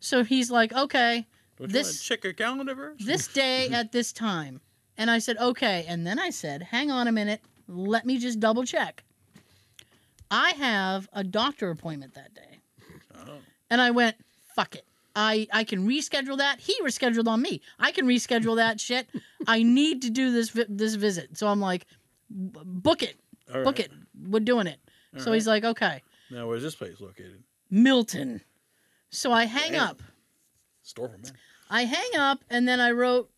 C: So he's like, okay,
D: Don't you want
C: This-
D: to check your calendar first?
C: this
D: Mm-hmm.
C: day at this time. And I said, okay. And then I said, hang on a minute. Let me just double check. I have a doctor appointment that day.
D: Oh.
C: And I went, fuck it. I, I can reschedule that. He rescheduled on me. I can reschedule that shit.
D: *laughs*
C: I need to do this vi- this visit. So I'm like, b- book it,
D: All
C: book
D: right.
C: it. We're doing it.
D: All
C: so he's like, okay.
D: Now, where's this place located?
C: Milton. So I hang
D: Damn.
C: up.
D: Store for men.
C: I hang up and then I wrote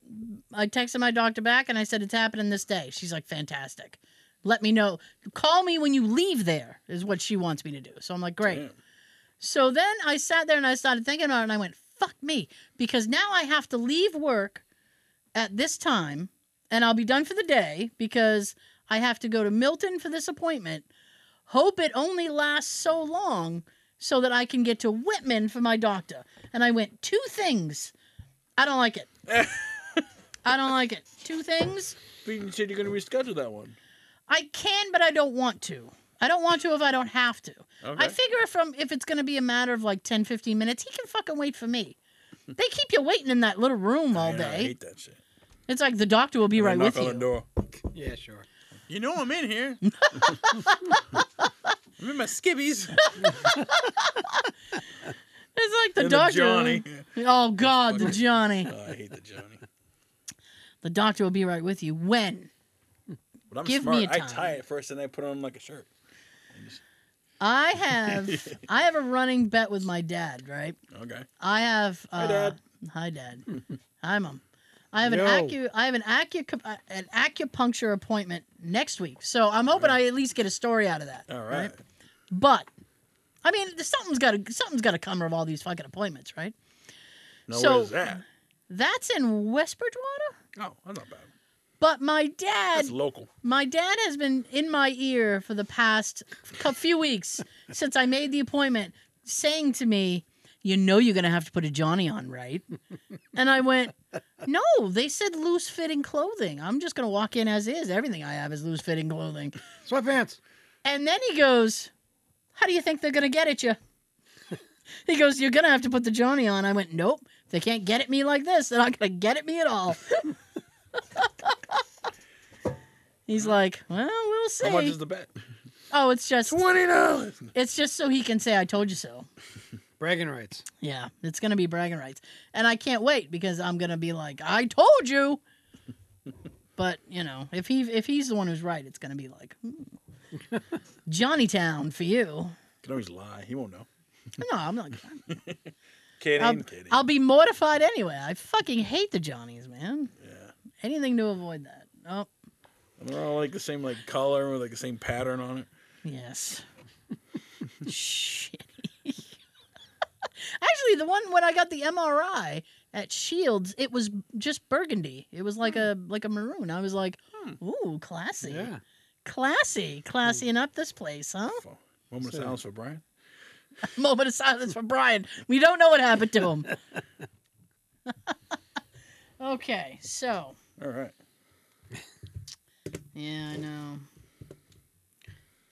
C: I texted my doctor back and I said it's happening this day. She's like fantastic. Let me know. Call me when you leave there is what she wants me to do. So I'm like great.
D: Damn.
C: So then I sat there and I started thinking about it and I went fuck me because now I have to leave work at this time and I'll be done for the day because I have to go to Milton for this appointment. Hope it only lasts so long so that I can get to Whitman for my doctor. And I went, two things. I don't like it. I don't like it. Two things.
D: But you said you're going to reschedule that one.
C: I can, but I don't want to. I don't want to if I don't have to.
D: Okay.
C: I figure if, I'm, if it's going to be a matter of like 10, 15 minutes, he can fucking wait for
D: *laughs*
C: me. They keep you waiting in that little room all
D: Man, I
C: day.
D: hate that shit.
C: It's like the doctor will be
D: I'm
C: right
D: gonna
C: with
D: knock on
C: you.
D: the door.
B: yeah, sure.
D: You know I'm in
C: *laughs*
D: here. I'm in
C: *laughs*
D: my skibbies.
C: It's like the
D: And the
C: doctor.
D: Johnny.
C: Oh God, the Johnny.
D: Oh, I hate the Johnny.
C: The doctor will be right with you. When?
D: But I'm
C: Give
D: smart.
C: me a
D: I
C: time.
D: tie it first and I put it on like a shirt. *laughs*
C: I have I have a running bet with my dad, right?
D: Okay.
C: I have uh,
D: Hi, Dad.
C: Hi Dad. hi Mom. I have an
B: Yo.
C: acu I have an acu uh, an acupuncture appointment next week. So I'm hoping I at least get a story out of that.
D: All right.
C: But I mean, something's got to something's got to come of all these fucking appointments, right?
D: Now
C: So-
D: what is that?
C: That's in West Bridgewater,
D: Oh, that's not bad.
C: but my dad
D: That's local.
C: My dad has been in my ear for the past cou- few weeks since I made the appointment, saying to me, "You know you're gonna have to put a Johnny on, right?" And I went, "No, they said loose fitting clothing. I'm just gonna walk in as is. Everything I have is loose fitting clothing."
B: Sweatpants.
C: And then he goes, "How do you think they're gonna get at you?" *laughs* He goes, "You're gonna have to put the Johnny on." I went, "Nope. If they can't get at me like this. They're not gonna get at me at all." *laughs* He's like, well, we'll see.
D: How much is the bet?
C: oh, it's just
D: Twenty dollars.
C: it's just so he can say I told you so.
B: Bragging rights.
C: Yeah, it's gonna be bragging rights, and I can't wait because I'm gonna be like, I told you. *laughs* but you know, if he if he's the one who's right, it's gonna be like
D: *laughs*
C: hmm. Johnny Town for you.
D: Can always lie. He won't know.
C: No, I'm not.
D: Kidding,
C: I'll,
D: kidding.
C: I'll be mortified anyway. I fucking hate the Johnnies, man.
D: Yeah.
C: Anything to avoid that. Oh,
D: And they're all like the same like color with like the same pattern on it.
C: yes. *laughs* Shit. *laughs* Actually, the one when I got the MRI at Shields, it was just burgundy. It was like a like a maroon. I was like, ooh, classy,
B: Yeah.
C: classy, classy, and up this place, huh? *laughs*
D: F- Moment of
B: So-
D: silence for Brian.
C: Moment of silence for Brian. We don't know what happened to him. *laughs* okay, so
D: All right.
C: yeah, I know.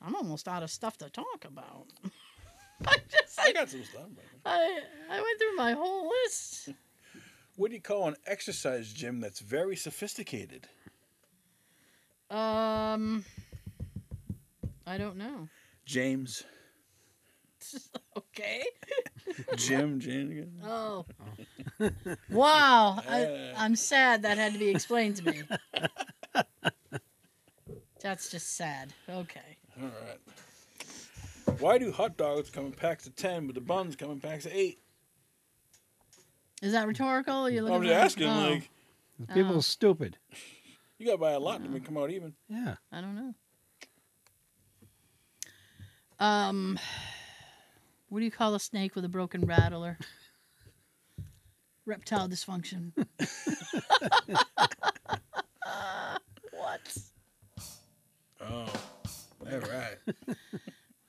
C: I'm almost out of stuff to talk about. *laughs* I just
D: I
C: I,
D: got some stuff. Brian.
C: I I went through my whole list.
D: What do you call an exercise gym that's very sophisticated?
C: Um, I don't know.
D: James.
C: Okay.
D: Jim. James.
C: *laughs*
D: *laughs*
C: Oh. wow. I,
D: Uh.
C: I'm sad that had to be explained to
D: *laughs*
C: me. That's just sad. Okay.
D: All right. Why do hot dogs come in packs of ten, but the buns come in packs of eight?
C: Is that rhetorical? Are you looking
D: I'm just
C: for-
D: asking.
C: oh,
D: Like,
B: People
C: Oh.
B: are stupid.
D: you got to buy a lot to make come out even.
B: Yeah.
C: I don't know. Um, what do you call a snake with a broken rattler? Reptile dysfunction. what?
D: Oh, all right.
C: There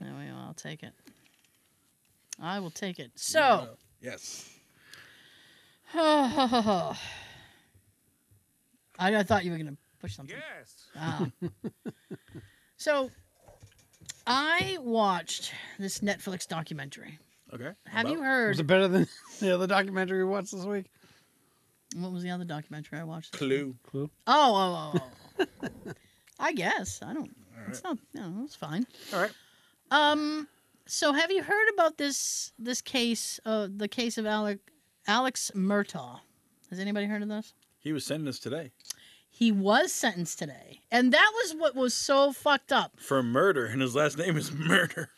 C: we go. I'll take it. I will take it. So,
D: Yes.
C: *sighs* I, I thought you were going to push something.
E: Yes.
C: Ah. so, I watched this Netflix documentary.
D: Okay.
C: Have you
D: About-
B: Was
C: heard?
B: it better than *laughs* the other documentary we watched this week?
C: What was the other documentary I watched?
D: Clue?
B: Clue.
C: Oh, oh, oh,
B: *laughs*
C: oh. I guess I don't. It's not. No, it's fine.
D: All right.
C: Um. So, have you heard about this this case? Uh, the case of Alec Alex Murtaugh. Has anybody heard of this?
D: He was sending us today
C: He was sentenced today, and that was what was so fucked up.
D: for murder, and his last name is *laughs* Murder.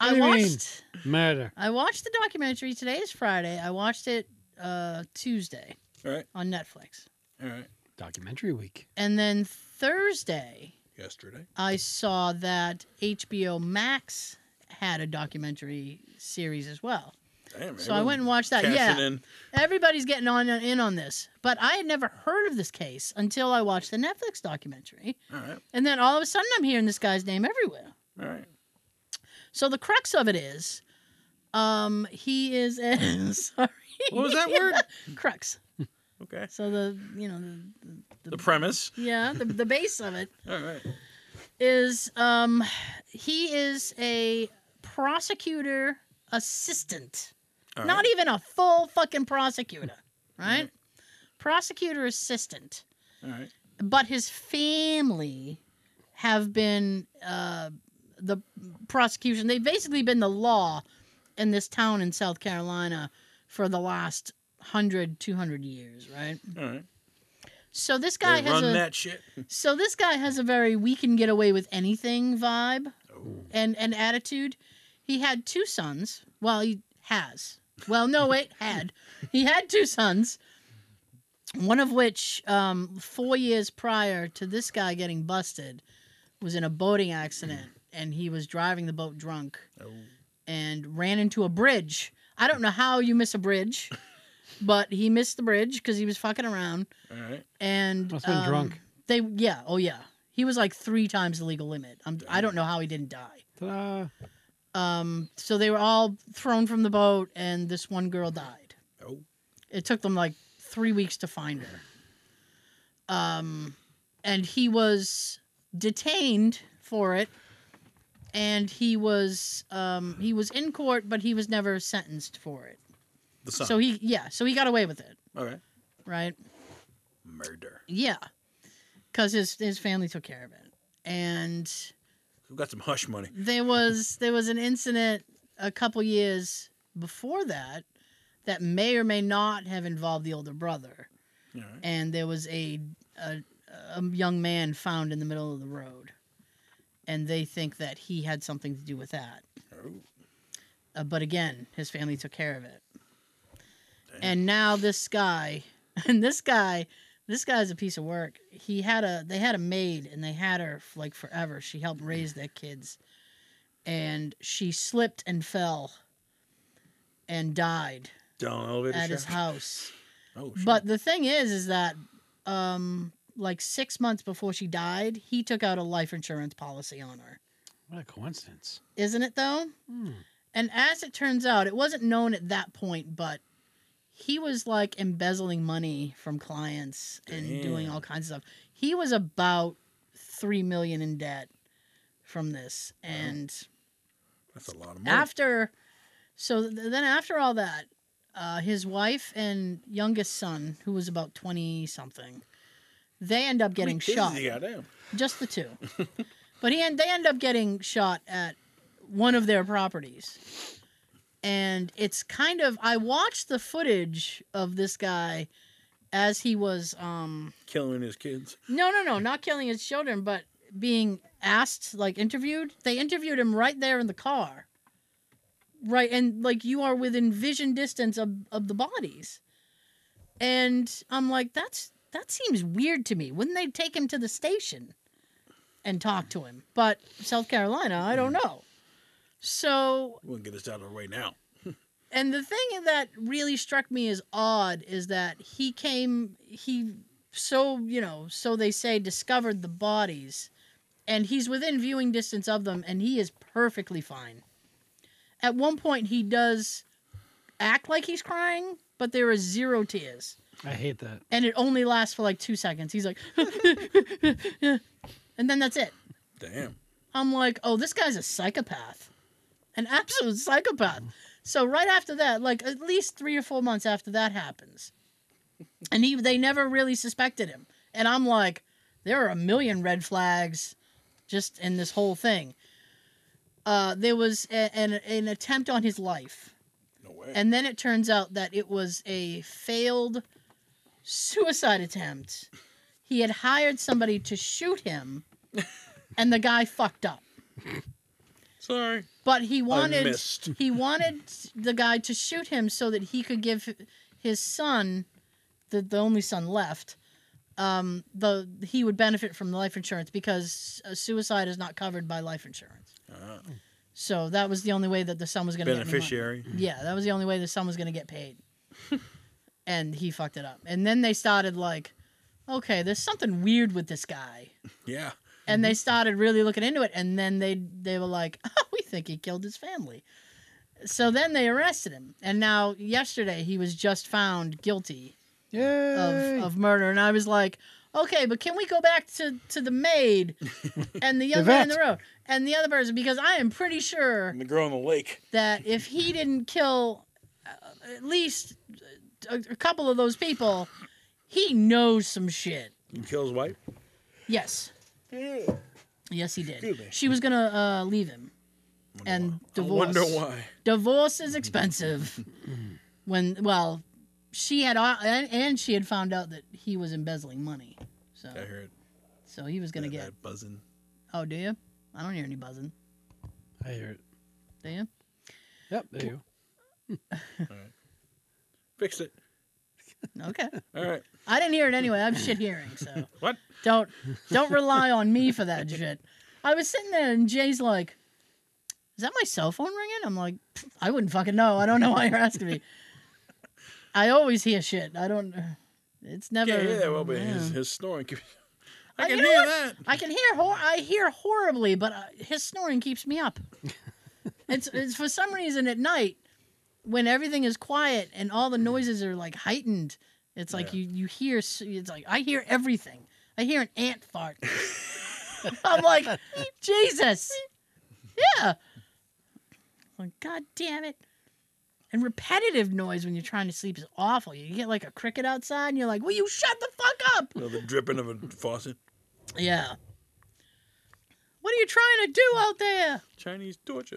B: What
C: I
B: do you
C: watched.
B: mean? Murder.
C: I watched the documentary. Today is Friday. I watched it uh, Tuesday
D: All right.
C: on Netflix.
D: All right.
B: Documentary week.
C: And then Thursday,
D: Yesterday.
C: I saw that HBO Max had a documentary series as well.
D: Damn.
C: So I went and watched that.
D: Cashing
C: Yeah.
D: in.
C: Everybody's getting on in on this. But I had never heard of this case until I watched the Netflix documentary.
D: All right.
C: And then all of a sudden, I'm hearing this guy's name everywhere.
D: All right.
C: So the crux of it is um, he is
D: *laughs*
C: a. *laughs* sorry.
D: What was that word?
C: *laughs* crux.
D: Okay.
C: So the, you know, the,
D: The premise.
C: yeah, the, the base of it
D: All right.
C: is um he is a prosecutor assistant
D: All
C: not
D: right. Mm-hmm.
C: even a full fucking prosecutor right prosecutor assistant
D: All right.
C: but his family have been uh the prosecution they've basically been the law in this town in south carolina for the last 100 200 years right
D: All right.
C: so this guy
D: They
C: has
D: run
C: a
D: that shit. *laughs*
C: so this guy has a very we can get away with anything vibe and and attitude. He had two sons. Well, he has. Well, no, wait, *laughs* had. He had two sons. One of which, um, four years prior to this guy getting busted, was in a boating accident, and he was driving the boat drunk
D: Oh.
C: and ran into a bridge. I don't know how you miss a bridge, but he missed the bridge because he was fucking around
D: All right.
C: and
B: Must've been
C: um,
B: drunk.
C: They yeah, oh yeah. He was like three times the legal limit. I'm, I don't know how he didn't die.
B: Ta-da.
C: Um, so they were all thrown from the boat, and this one girl died.
D: Oh.
C: It took them like three weeks to find her. Um, and he was detained for it, and he was um, he was in court, but he was never sentenced for it.
D: The son.
C: So he yeah, so he got away with it,
D: All right.
C: right?
D: Murder.
C: Yeah. because his his family took care of it. And
D: We got some hush money.
C: there was there was an incident a couple years before that that may or may not have involved the older brother.
D: All right.
C: and there was a, a a young man found in the middle of the road, and they think that he had something to do with that.
D: Oh.
C: Uh, but again, his family took care of it. And now this guy, *laughs* and this guy, this guy's a piece of work. He had a they had a maid, and they had her f- like forever. She helped raise their kids, and she slipped and fell, and died
D: Down elevator
C: at
D: shaft.
C: his house.
D: Oh, shit.
C: But the thing is, is that um, like six months before she died, he took out a life insurance policy on her.
B: What a coincidence.
C: Isn't it though?
B: Hmm.
C: And as it turns out, it wasn't known at that point, but he was like embezzling money from clients and doing
D: Damn.
C: all kinds of stuff. He was about three million in debt from this, and
D: that's a lot of money.
C: after so th- then after all that uh, his wife and youngest son who was about 20 something they end up
D: How
C: getting
D: many kids
C: shot
D: does he got? Damn.
C: just the
D: *laughs*
C: two but he and they end up getting shot at one of their properties and it's kind of i watched the footage of this guy as he was um
D: Killing his kids.
C: no, no, no, not killing his children, but being asked, like interviewed. They interviewed him right there in the car. Right, and like you are within vision distance of, of the bodies. And I'm like, that's that seems weird to me. Wouldn't they take him to the station and talk to him? But South Carolina, I don't know. So
D: We'll get this out of the way now.
C: and the thing that really struck me as odd is that he came, he, so, you know, so they say, discovered the bodies, and he's within viewing distance of them, and he is perfectly fine. At one point, he does act like he's crying, but there is zero tears,
B: I hate that.
C: and it only lasts for like two seconds. He's like, *laughs* and then that's it.
D: Damn.
C: I'm like, oh, this guy's a psychopath, an absolute psychopath. So right after that, like at least three or four months after that happens, and he they never really suspected him. And I'm like, there are a million red flags, just in this whole thing. Uh, there was a, an an attempt on his life,
D: No way.
C: and then it turns out that it was a failed suicide attempt. He had hired somebody to shoot him, and the guy fucked up.
D: Sorry.
C: But he wanted
D: missed.
C: he wanted the guy to shoot him so that he could give his son, the the only son left, um, the he would benefit from the life insurance because uh, suicide is not covered by life insurance.
D: Ah.
C: So that was the only way that the son was going to
D: Beneficiary.
C: yeah, that was the only way that someone was gonna get paid. and he fucked it up. And then they started like, okay, there's something weird with this guy.
D: Yeah.
C: And they
B: Mm-hmm.
C: started really looking into it. And then they they were like, *laughs* oh, we think he killed his family. So then they arrested him. And now yesterday he was just found guilty
B: Yay!
C: of, of murder. And I was like, okay, but can we go back to, to the
B: *laughs*
C: maid and the young man in the
B: vet.
C: road and the other person? Because I am pretty sure
D: And the girl in the lake.
C: that if he didn't kill uh, at least a, a couple of those people, he knows some shit.
D: He kills wife.
C: Yes.
D: Yeah.
C: Yes, he did.
D: Excuse me.
C: She was going to uh, leave him. and divorce.
D: Wonder why.
C: Divorce is expensive. *laughs* when, well, she had, al- and, and she had found out that he was embezzling money. So,
D: I heard
C: so he was going to
D: that,
C: get,
D: that buzzing.
C: oh, do you? I don't hear any buzzing.
B: I hear it.
C: Do you?
B: Yep, there you go.
D: Fixed it.
C: Okay.
D: All right.
C: I didn't hear it anyway. I'm shit hearing, so.
D: What?
C: don't don't rely on me for that shit. I was sitting there and Jay's like, "Is that my cell phone ringing?" I'm like, "Pfft, "I wouldn't fucking know. I don't know why you're asking me." I always hear shit. I don't. It's never.
D: Can't hear that well, but
C: yeah.
D: his, his snoring. keeps-
C: Uh,
D: I can
C: you know
D: hear
C: what?
D: that.
C: I can hear hor- I hear horribly, but uh, his snoring keeps me up. *laughs* it's, it's for some reason at night when everything is quiet and all the noises are like heightened. It's like
D: Yeah.
C: you you hear s- it's like I hear everything. I hear an ant fart. *laughs* I'm like Jesus. Yeah. I'm like God damn it. And repetitive noise when you're trying to sleep is awful. You get like a cricket outside, and you're like, "Will you shut the fuck up?"
D: You know, the dripping of a faucet.
C: Yeah. What are you trying to do out there?
D: Chinese torture.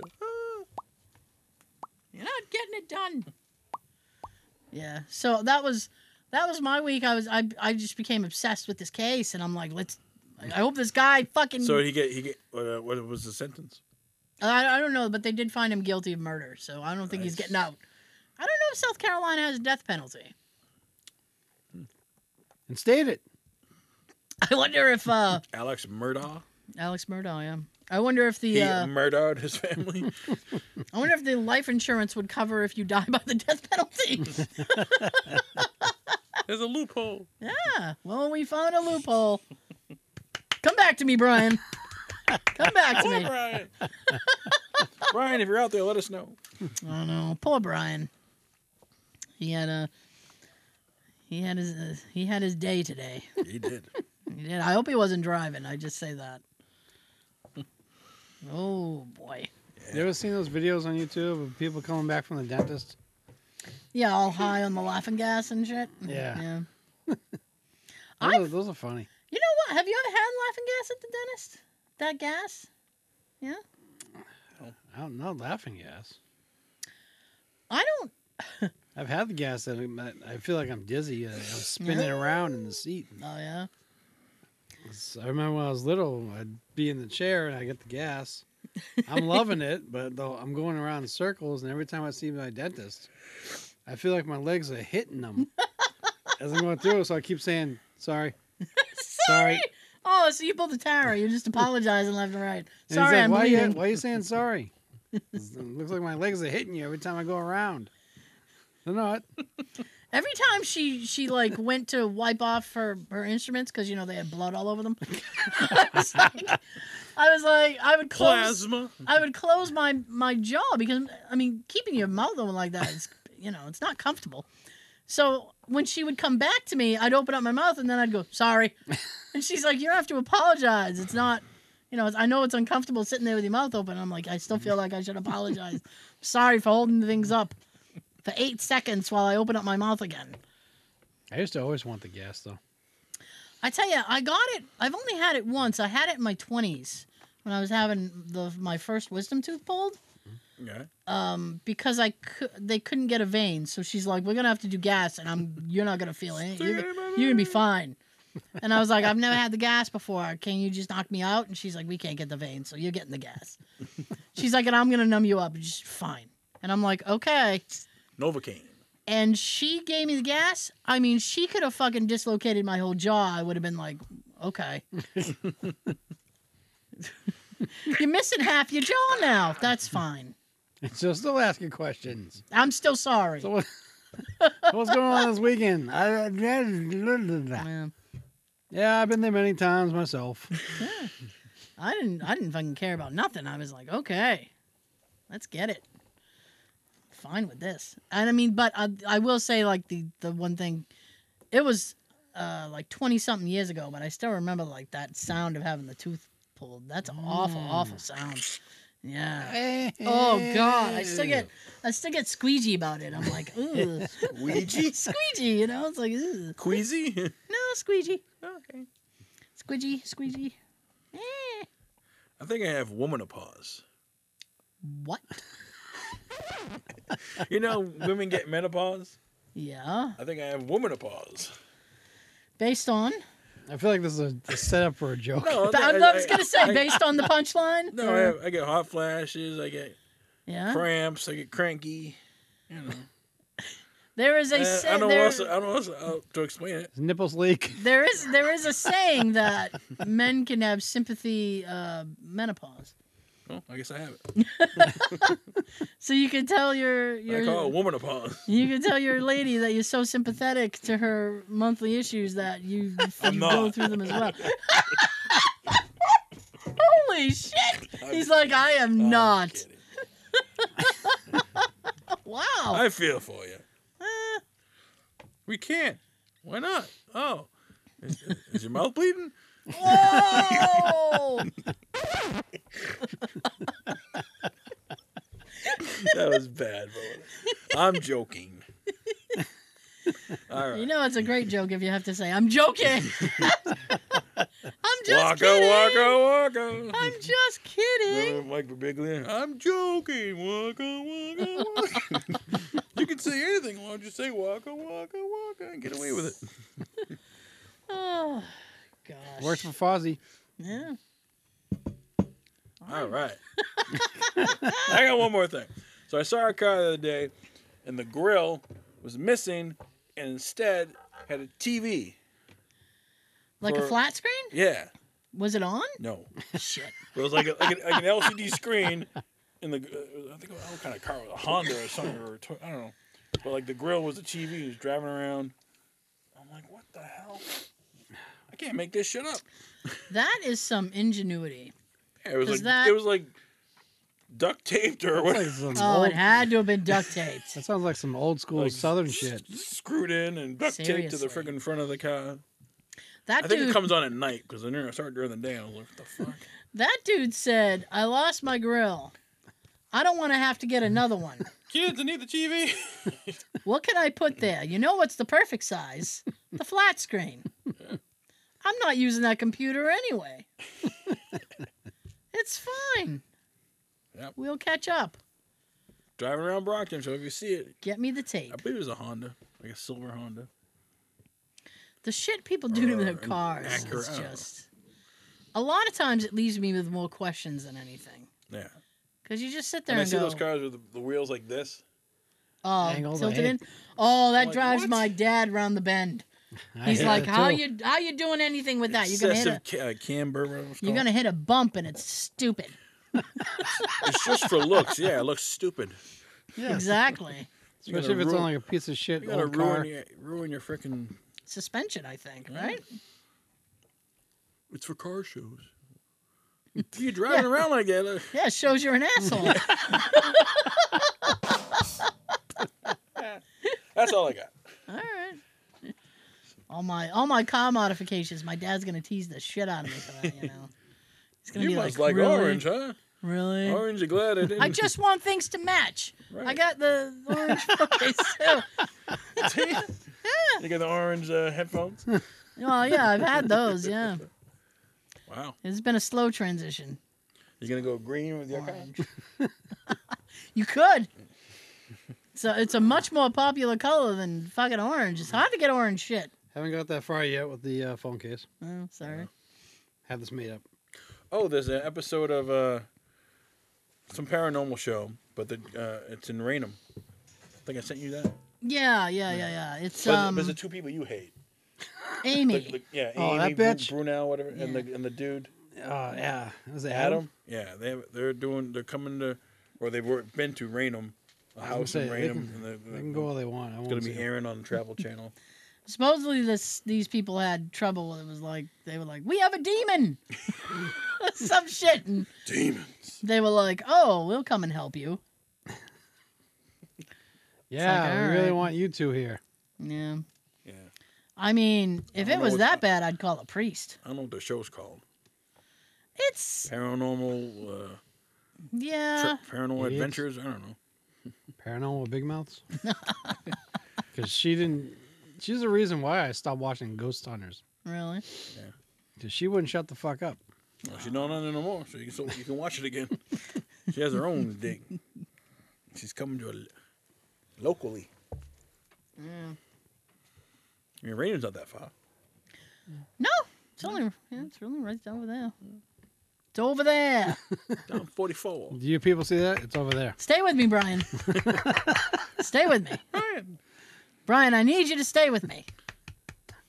C: You're not getting it done. Yeah. So that was that was my week. I was I I just became obsessed with this case, and I'm like, let's. I hope this guy fucking.
D: So he get he get what, uh, what was the sentence?
C: I, I don't know, but they did find him guilty of murder, so I don't think he's
D: Nice.
C: getting out. I don't know if South Carolina has a death penalty. *laughs*
B: and state it.
C: I wonder if uh
D: Alex Murdaugh.
C: Alex Murdaugh. Yeah. I wonder if the
D: He mm.
C: uh,
D: murdered his family.
C: *laughs* I wonder if the life insurance would cover if you die by the death
D: *laughs*
C: penalty.
D: There's a loophole.
C: yeah. Well, we found a loophole. Come back to me, Brian. Come back to me.
D: Brian.
C: *laughs*
D: Brian, if you're out there, let us know.
C: I don't know. Oh, Poor Brian. He had a he had his uh, he had his day today.
D: He did.
C: He did. I hope he wasn't driving. I just say that. Oh boy.
B: You ever seen those videos on YouTube of people coming back from the dentist?
C: Yeah, all high on the laughing gas and shit.
B: Yeah.
C: Yeah.
B: Those,
C: I've-
B: are, those are funny.
C: You know what? Have you ever had laughing gas at the dentist? That gas? Yeah.
B: I don't know, Oh, laughing gas.
C: I don't.
B: I've had the gas that I'm- that I feel like I'm
C: *laughs*
B: dizzy. uh, I'm spinning around in the seat.
C: Oh yeah.
B: It's- I remember when I was little, I'd be in the chair and I get the gas. I'm
C: *laughs*
B: loving it, but though I'm going around in circles, and every time I see my dentist, I feel like my legs are
C: *laughs*
B: hitting them as I'm going through. So I keep saying, "Sorry, sorry."
C: Oh, so you pulled the tower. You're just apologizing left and right.
B: And
C: Sorry,
B: he's like,
C: I'm
B: why
C: bleeding.
B: you, why you
C: *laughs*
B: saying sorry? It's- it looks like my legs are hitting you every time I go around. They're not.
C: Every time she she like went to wipe off her her instruments because you know they had blood all over them. *laughs* I was like, I was like, I would close,
D: Plasma.
C: I would close my my jaw because I mean, keeping your mouth open like that is, you know, it's not comfortable. So when she would come back to me, I'd open up my mouth and then I'd go sorry, and she's like, you don't have to apologize. It's not. You know, it's- I know it's uncomfortable sitting there with your mouth open. I'm like, I still feel like I should apologize. Sorry for holding things up for eight seconds while I open up my mouth again.
B: I used to always want the gas though. *laughs*
C: I tell you, I got it. I've only had it once. I had it in my twenties when I was having the my first wisdom tooth pulled
D: Yeah.
C: because I cou- they couldn't get a vein. So she's like, "We're gonna have to do gas, and I'm you're not gonna feel it. You're, you're gonna be fine." And I was like, "I've never had the gas before. Can you just knock me out?" And she's like, "We can't get the vein, so you're getting the gas." She's like, "And I'm gonna numb you up. It's just fine." And I'm like, "Okay."
D: Novocaine.
C: and she gave me the gas, I mean, she could have fucking dislocated my whole jaw. I would have been like, okay. *laughs* You're missing half your jaw now. That's fine.
B: So still asking questions.
C: I'm still sorry.
B: So what, *laughs* what's going on this weekend? I- I-
C: Yeah.
B: yeah, I've been there many times myself.
C: I didn't I didn't fucking care about nothing. I was like, okay, let's get it. Fine with this. And I mean, but I, I will say like the the one thing, it was uh, like twenty something years ago, but I still remember like that sound of having the tooth pulled. That's an awful, awful sound.
B: Eh.
C: Yeah. Oh God, I still get I still get squeegee about it. I'm like, ooh, *laughs*
D: Ouija?
C: squeegee. You know, it's like, ooh,
D: Queasy? *laughs*
C: no squeegee,
D: okay.
C: squeegee, squeegee. Eh.
D: I think I have womanopause.
C: What?
D: You know, women get menopause.
C: Yeah.
D: I think I have womanopause.
C: Based on
B: I feel like this is a, a setup for a joke.
D: No,
C: But I,
D: I-
C: I was
D: I-
C: gonna say
D: I-
C: based
D: *laughs*
C: on the punchline.
D: No, I, have, I get hot flashes. I get
C: yeah.
D: cramps. I get cranky.
C: There is a
D: Uh,
C: say,
D: I don't
C: there,
D: want to. I don't want to, oh, to explain it.
B: His nipples leak.
C: there is there is a saying that men can have sympathy uh, menopause.
D: Well, I guess I have it.
C: So you can tell your
D: I call it
C: your
D: womanopause.
C: you can tell your lady that you're so sympathetic to her monthly issues that you,
D: I'm
C: you go
D: not.
C: through them as
D: *laughs*
C: well. Holy shit! He's like, I am *laughs*
D: I'm
C: not.
D: kidding.
C: Wow.
D: I feel for you.
C: Eh,
D: We can't. Why not? Oh, is, is your
C: *laughs*
D: mouth bleeding?
C: Whoa!
D: That was bad, but I'm
C: *laughs*
D: joking. All right. *laughs*
C: You know it's a great joke if you have to say, I'm joking. I'm joking. just
D: waka,
C: kidding.
D: waka, waka.
C: I'm just kidding.
D: *laughs* Remember Mike Birbiglia? I'm joking. Waka, waka, waka. *laughs* you can say anything as long as you say waka, waka, waka and get away with it.
C: Oh, gosh.
B: *laughs* Works for Fozzie.
C: yeah.
D: All right. *laughs* I got one more thing. So I saw a car the other day, and the grill was missing, and instead had a TV.
C: Like
D: For-
C: a flat screen?
D: Yeah.
C: Was it on?
D: No.
C: Shit.
D: It was like, a, like, an, like an LCD screen, and the uh, I think it was- what kind of car was it, a Honda or something or a Toy- I don't know, but like the grill was the TV. He was driving around. I'm like, what the hell? I can't make this shit up.
C: That is some ingenuity.
D: Yeah, it was
C: Is
D: like
C: that-
D: it was like duct taped or
B: That's like
D: whatever.
B: some
C: Oh,
B: old,
C: it had to have been duct
D: *laughs*
C: taped.
B: that sounds like some old school
D: Like,
B: Southern shit.
D: Screwed in and duct taped to the
C: Seriously.
D: freaking front of the car. I
C: That
D: think
C: dude
D: it comes on at night because I knew I started during the day. I was like, what the fuck?
C: that dude said, I lost my grill. I don't want to have to get another one.
D: *laughs* Kids, I need the TV.
C: What can I put there? You know what's the perfect
D: *laughs*
C: size? The flat screen. I'm not using that computer anyway. it's fine.
D: Yep.
C: We'll catch up.
D: Driving around Brockton, so if you see it,
C: Get me the tape.
D: I believe it was a Honda, like a silver Honda.
C: The shit people do to their
D: Or an
C: cars is
D: Acura.
C: just. A lot of times it leaves me with more questions than anything.
D: Yeah.
C: Because you just sit there
D: And I
C: and,
D: see
C: go,
D: those cars with the, the wheels like this.
C: oh,
B: Angled, I
C: tilted
B: hate-
C: in. Oh, that
D: like,
C: drives
D: what?
C: my dad round the bend.
B: I
C: He's
B: hate
C: like,
B: that
C: how
B: too.
C: you how you doing anything with that? You're gonna hit
D: Excessive
C: a,
D: ca- uh, camber. whatever it's
C: you're
D: called.
C: gonna hit a bump and it's stupid.
D: It's
C: *laughs*
D: just for looks. Yeah, it looks stupid.
B: Yeah.
C: Exactly.
B: Especially
D: You're
B: if
D: gonna
B: it's on
D: ruin-
B: like a piece of shit
D: You're gonna
B: old
D: ruin
B: car.
D: your, ruin your freaking.
C: Suspension, I think,
D: Yeah.
C: right?
D: It's for car *laughs* shows. you driving around like that. Look.
C: Yeah, it shows you're an
D: *laughs*
C: asshole.
D: That's all I got.
C: all right. All my all my car modifications, my dad's gonna tease the shit out of me for that, you know. He's gonna
D: You
C: be
D: must like,
C: like, really?
D: orange, huh?
C: Really?
D: Orange, you're glad I didn't.
C: I just want things to match. I
D: Right.
C: got the
D: *laughs*
C: orange face too.
D: you got the orange
C: *laughs*
D: uh, headphones.
C: Well, yeah, I've had those. Yeah,
D: Wow.
C: it's been a slow transition.
D: You're gonna go green with your car.
C: You could. So it's a much more popular color than fucking orange. It's hard to get orange shit.
B: Haven't got that far yet with the uh, phone case.
C: Oh, sorry.
B: Have this made up.
D: *laughs* Oh, there's an episode of uh, some paranormal show, but the, uh, it's in Raynham. I think I sent you that.
C: Yeah, yeah, yeah, yeah. It's
D: But
C: um
D: there's the two people you hate. The,
C: Amy.
D: the- yeah,
B: Oh, that
D: Amy Bru-
B: bitch?
D: Brunel, whatever, and
C: Yeah.
D: the and the dude
B: Oh yeah, was it
D: Uh, Adam. Yeah, they have, they're doing. They're coming to, or they've wor- been to Raynham, a
B: gonna
D: house
B: say,
D: in
B: they
D: Raynham.
B: can-
D: and
B: They can go all they want. I
D: It's
B: won't
D: gonna
B: see
D: be
B: it.
D: airing on the
B: *laughs*
D: Travel Channel.
C: Supposedly this these people had trouble. It was like they were like, "We have a
D: *laughs*
C: demon." *laughs* Some shit. And
D: Demons.
C: they were like, "Oh, we'll come and help you."
B: Yeah,
C: like,
B: we
C: all
B: really
C: right.
B: want you two here.
C: Yeah.
D: Yeah,
C: I mean, if
D: I don't
C: it
D: know
C: was
D: what-
C: that bad, I'd call a priest.
D: I don't know what the show's called.
C: It's
D: Paranormal, uh,
C: yeah.
D: tri- paranormal
B: Uh, Idiots.
D: adventures. I don't know.
B: Paranormal big
C: *laughs*
B: mouths. Because she didn't. She's the reason why I stopped watching Ghost Hunters.
C: Really?
B: Because she wouldn't shut the fuck up.
D: Well, she's not on it no more, so you can, so you can watch
B: *laughs*
D: it again. she has her own thing. She's coming to a l- locally.
B: Mm.
C: Yeah.
D: I mean, Raynham's not that far.
C: No, it's only yeah, it's really right over there. It's over there.
D: Down 44.
B: Do you people see that? It's over there.
C: stay with me,
D: *laughs*
C: Brian. stay with me,
D: Brian,
C: Brian. I need you to stay with me.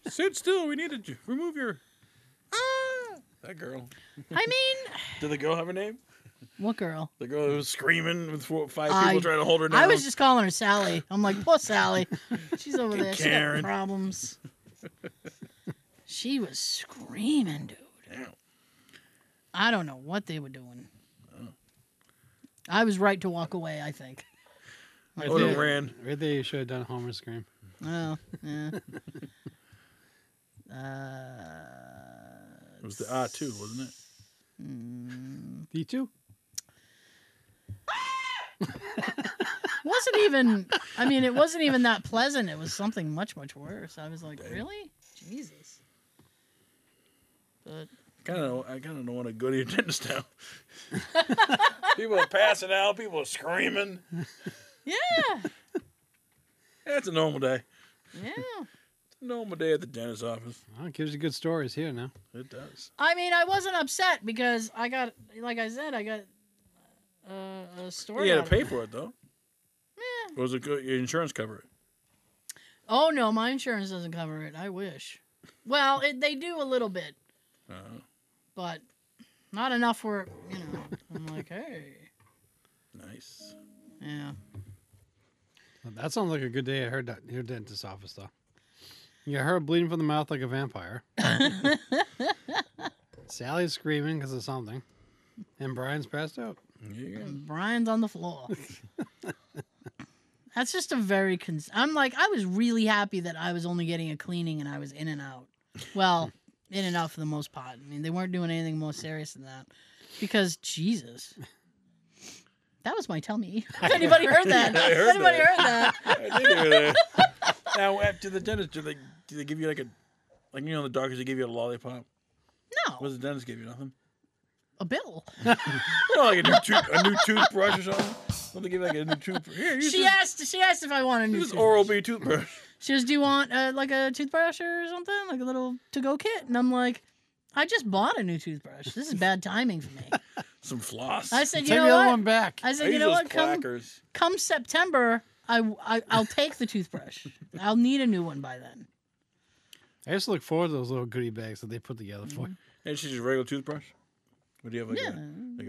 D: sit still. We needed you. Remove your. Ah! That girl.
C: I mean,
D: Did the girl have a name?
C: what girl?
D: The girl who was screaming with four, five
C: I-
D: people trying to hold her down.
C: I was just calling her Sally. I'm like, poor
D: *laughs*
C: Sally. She's over there. She's got
D: Karen.
C: problems. She was screaming, dude.
D: Damn.
C: I don't know what they were doing. I was right to walk away, I think.
B: Right
D: I would have
B: there.
D: ran.
B: Right there, you should have done Homer Scream.
C: Oh, yeah. uh,
D: It was the ah too, wasn't it?
B: D two.
C: wasn't even. I mean, it wasn't even that pleasant. It was something much, much worse. I was like, really, Jesus. But
D: Kind of, I kind of don't want to go to your *laughs*
C: *laughs*
D: dentist now. people are passing out. People are screaming.
C: Yeah.
D: *laughs* That's a normal day.
C: Yeah.
D: Normal day at the dentist's office.
B: Well, it gives you good stories here now.
D: It does.
C: I mean, I wasn't upset because I got, like I said, I got uh, a story.
D: You
C: out
D: had
C: of
D: to
C: it.
D: pay for it though.
C: Yeah.
D: Was it good? Your insurance cover it.
C: Oh no, my insurance doesn't cover it. I wish. Well, it, they do a little bit,
D: Uh,
C: but not enough where you know. I'm like, *laughs* hey,
D: nice.
C: yeah.
B: That sounds like a good day at her, doc- her dentist's office, though. You got her bleeding from the mouth like
C: *laughs*
B: a vampire. Sally's screaming because of something. And Brian's passed out.
D: Here you go.
C: And Brian's on the floor. *laughs* That's just a very. Cons- I'm like, I was really happy that I was only getting a cleaning and I was in and out. Well, in and out for the most part. I mean, they weren't doing anything more serious than that, because Jesus. That was my
D: *laughs*
C: tummy. If anybody heard that,
D: I
C: if
D: heard
C: anybody heard
D: that.
C: that,
D: I did hear that.
C: *laughs*
D: now, after the dentist, do they do they give you like a like you know the doctors they give you a lollipop? What
C: no,
D: does the dentist give you? Nothing.
C: a bill.
D: No, like a new tooth, a new toothbrush or something. Don't they give you like a new toothbrush? Here, use
C: She
D: this,
C: asked. She asked if I wanted a new
D: use this
C: toothbrush.
D: Oral B toothbrush. *laughs*
C: She goes, "Do you want uh, like a toothbrush or something, like a little to-go kit?" And I'm like, "I just bought a new toothbrush. This is bad timing for me."
D: Some floss.
C: I said, "You
B: Take the
C: know
B: other
C: what?"
B: one back.
C: I
D: I
C: said,
D: use
C: "You know
D: those
C: what? Come,
D: plackers.
C: come September, I, I will take the
B: *laughs*
C: toothbrush. I'll need a new one by then."
B: I used to look forward to those little goodie bags that they put together for
C: Mm-hmm.
B: you.
D: And she's just a regular toothbrush. What do you have like,
C: yeah,
D: a,
C: no,
D: like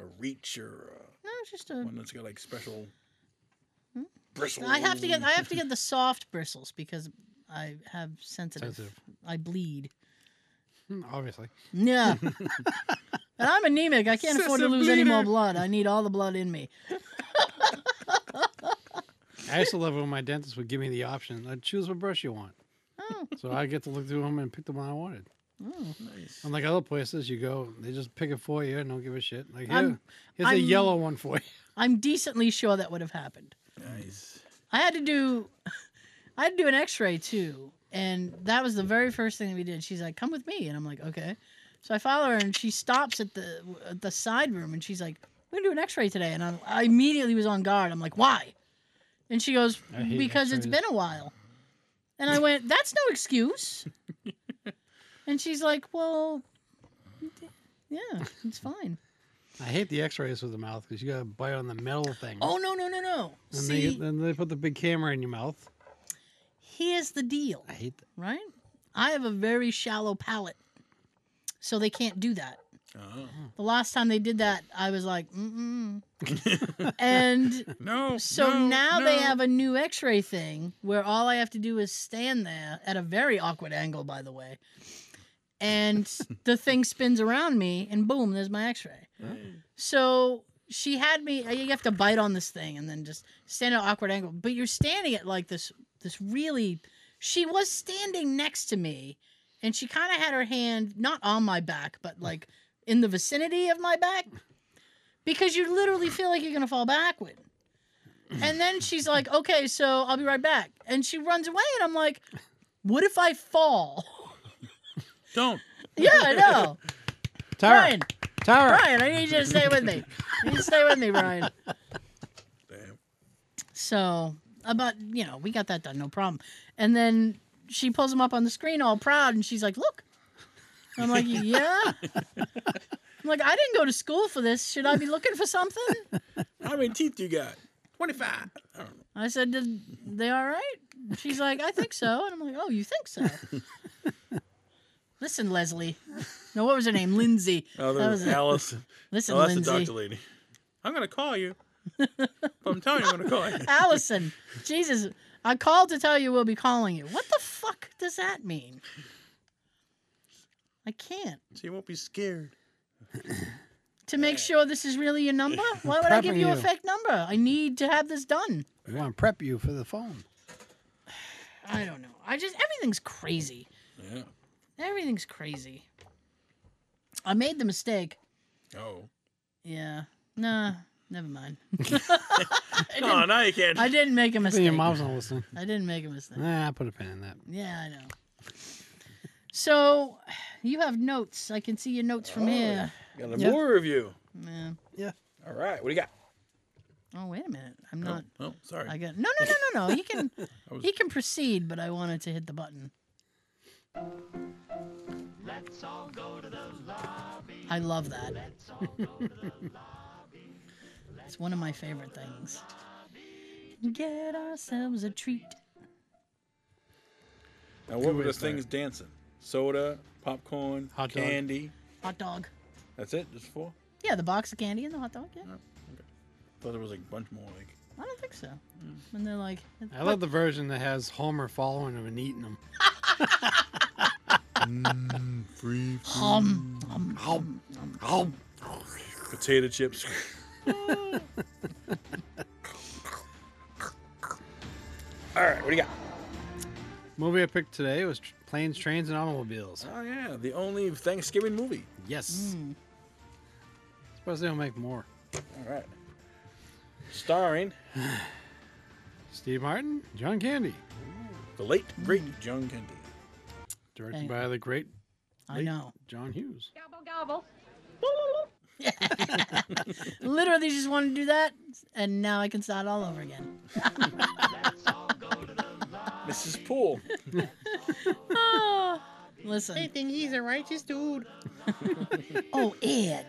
D: a, a reach or uh
C: it's just a.
D: one that's got like special bristles?
C: Hmm? I have to get I have to get the soft bristles because I have sensitive.
B: Sensitive.
C: I bleed.
B: Hmm, *laughs* Obviously. *laughs*
C: Yeah. and I'm anemic. I can't afford to
D: Excessive
C: lose any more
D: bleeding.
C: blood. I need all the blood in me.
B: I used to love when my dentist would give me the option. I'd choose what brush you want.
C: Oh,
B: So I get to look through them and pick the one I wanted.
C: oh.
D: Nice.
B: Unlike other places, you go, they just pick it for you and don't give a shit. Like, here,
C: I'm-
B: here's a
C: I'm-
B: yellow one for you. *laughs*
C: I'm decently sure that would have happened.
D: Nice.
C: I had to do *laughs* I had to do an x-ray too. And that was the very first thing that we did. She's like, "Come with me." And I'm like, "Okay." So I follow her and she stops at the at the side room and she's like, "We're going to do an x-ray today." And I, I immediately was on guard. I'm like, "Why?" And she goes,
B: I hate
C: "Because it's
B: x-rays."
C: been a while." And I went, "That's no excuse."
B: *laughs*
C: and she's like, "Well, yeah, it's fine."
B: I hate the x rays with the mouth because you got to bite on the metal thing.
C: Oh no, no, no, no.
B: and
C: See,
B: they, then they put the big camera in your mouth.
C: here's the deal.
B: I hate that.
C: right? I have a very shallow palate, so they can't do that.
D: Oh.
C: The last time they did that, I was like, mm mm. and
D: No.
C: so
D: no,
C: now they
D: no.
C: have a new x ray thing where all I have to do is stand there at a very awkward angle, by the way.
D: *laughs*
C: And the thing spins around me, and boom, there's my x ray. So she had me, uh, you have to bite on this thing and then just stand at an awkward angle. But you're standing at like this, this really, she was standing next to me, and she kind of had her hand not on my back, but like in the vicinity of my back because you literally feel like you're going to fall backward. And then she's like, okay, so I'll be right back. And she runs away, and I'm like, what if I fall? *laughs*
D: Don't.
C: yeah, I know.
B: Tara!
C: Brian,
B: Tara!
C: Brian, I need you to stay with me. You need to stay with me, Brian.
D: Damn.
C: So, about, you know, we got that done, no problem. And then she pulls him up on the screen all proud, and she's like, look. And I'm like, yeah. I'm like, I didn't go to school for this. Should I be looking for something?
D: How many teeth do you got? Twenty-five. I don't know.
C: I said, Did they all right? She's like, I think so. And I'm like, Oh, you think so? Listen, Leslie. No, what was her name? Lindsay.
D: *laughs* Oh,
C: That
D: there was
C: was it.
D: Alice.
C: *laughs* Listen,
D: Oh, that's the
C: Lindsay.
D: doctor lady. I'm gonna
C: *laughs*
D: call you. If I'm telling you, I'm gonna call you.
C: Allison. Jesus. I called to tell you we'll be calling you. What the fuck does that mean? I can't.
D: So you won't be scared.
C: To make sure this is really your
D: *laughs*
C: number? Why would I give
B: Prepping
C: you a
B: you.
C: fake number? I need to have this done.
B: We want to prep you for the phone.
C: I don't know. I just, everything's crazy.
D: Yeah.
C: Everything's crazy. I made the mistake.
D: Oh.
C: Yeah. Nah, never mind.
D: No, now you can't.
C: I didn't make a
B: I think
C: mistake.
B: your mom's not listening.
C: I didn't make a mistake.
B: Nah, I put a pin in that.
C: Yeah, I know. So, you have notes. I can see your notes from here.
D: Got a
C: Yeah.
D: more review.
C: Yeah.
D: All right, what do you got?
C: Oh wait a minute. I'm not.
D: Oh, sorry.
C: I got no, no, no, no, no. He can.
D: was-
C: He can proceed, but I wanted to hit the button. I love that. it's one of my favorite things. Get ourselves a treat.
D: now, what were the
B: ways there.
D: things dancing? Soda, popcorn,
B: Hot dog.
D: candy.
C: Hot dog.
D: That's it? Just four?
C: Yeah, the box of candy and the hot dog. Yeah.
D: thought there was like a bunch more. Like,
C: I don't think so. And they're like,
B: I love the version that has Homer following him and eating him.
C: hum, hum,
B: Oh,
D: potato *laughs* chips. All right, what do you got?
B: movie I picked today was Tr- Planes, Trains, and Automobiles.
D: Oh yeah, the only Thanksgiving movie.
B: Yes.
C: Hmm.
B: Suppose they'll make more.
D: All right, starring
B: Steve Martin, John Candy,
D: the late great John Candy.
B: directed
C: Hey.
B: by the great
C: I know.
B: John Hughes.
C: Literally just want to do that, and now I can start all over *laughs* again.
D: Mrs. Poole.
C: Oh, listen. I think he's a righteous dude. *laughs* oh, Ed.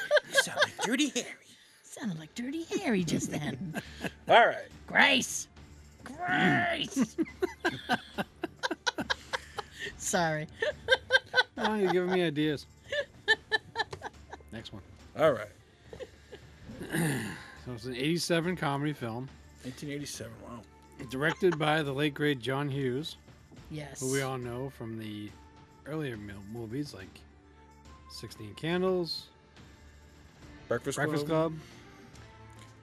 D: *laughs* sound like Judy Harry.
C: Sounded like Dirty Harry just *laughs* then.
D: All right,
C: Grace. Grace. *laughs* Sorry.
B: Oh, you're giving me ideas. Next one.
D: all right.
B: So it's an 87 comedy film
D: 1987. Wow.
B: directed by the late great John Hughes,
C: Yes.
B: who we all know from the earlier mil- movies like 16 Candles,
D: Breakfast,
B: Breakfast Club.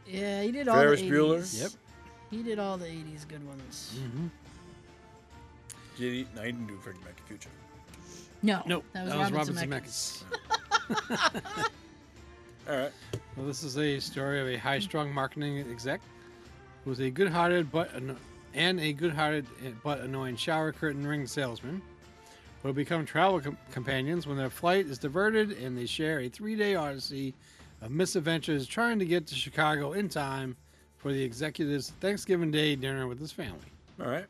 C: Yeah, he did all
D: Ferris
C: the 80s.
D: Bueller.
B: Yep.
C: He did all the 80s good ones.
B: Mm-hmm.
D: Did he? No, he didn't do Back to the Future.
C: No.
B: Nope,
C: That was,
B: Robin
C: Robinson
B: Zemeckis.
D: All right.
B: Well, this is a story of a high-strung marketing exec who's a good-hearted but an- and a good-hearted eh, but annoying shower curtain ring salesman who become travel com- companions when their flight is diverted and they share a three-day odyssey of misadventures trying to get to Chicago in time for the executive's Thanksgiving Day dinner with his family.
D: All right.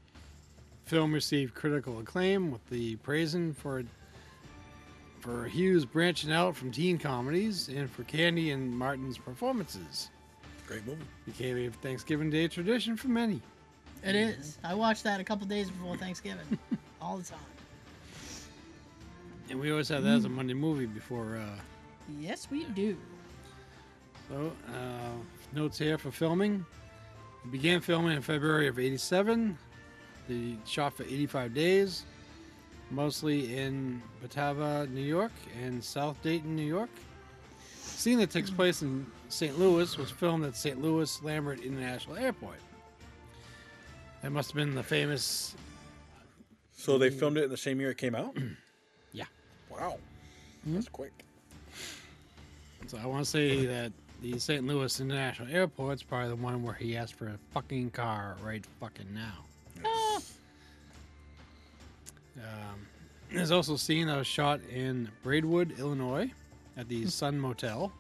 B: Film received critical acclaim with the praising for for Hughes branching out from teen comedies and for Candy and Martin's performances.
D: Great movie.
B: Became a Thanksgiving Day tradition for many.
C: It is. I watched that a couple days before Thanksgiving. all the time.
B: And we always had that as a Monday movie before. Uh,
C: Yes, we do.
B: so, uh, notes here for filming. It began filming in February of 87. They shot for 85 days, mostly in Batava, New York, and South Dayton, New York. Scene that takes place in St. Louis was filmed at St. Louis Lambert International Airport. That must have been the famous
D: So they filmed it in the same year it came out.
B: Yeah.
D: Wow. That's quick.
B: So I want to say that the St. Louis International Airport's probably the one where he asked for a fucking car right fucking now. Um, there's also a scene that was shot in Braidwood, Illinois, at the Sun Motel.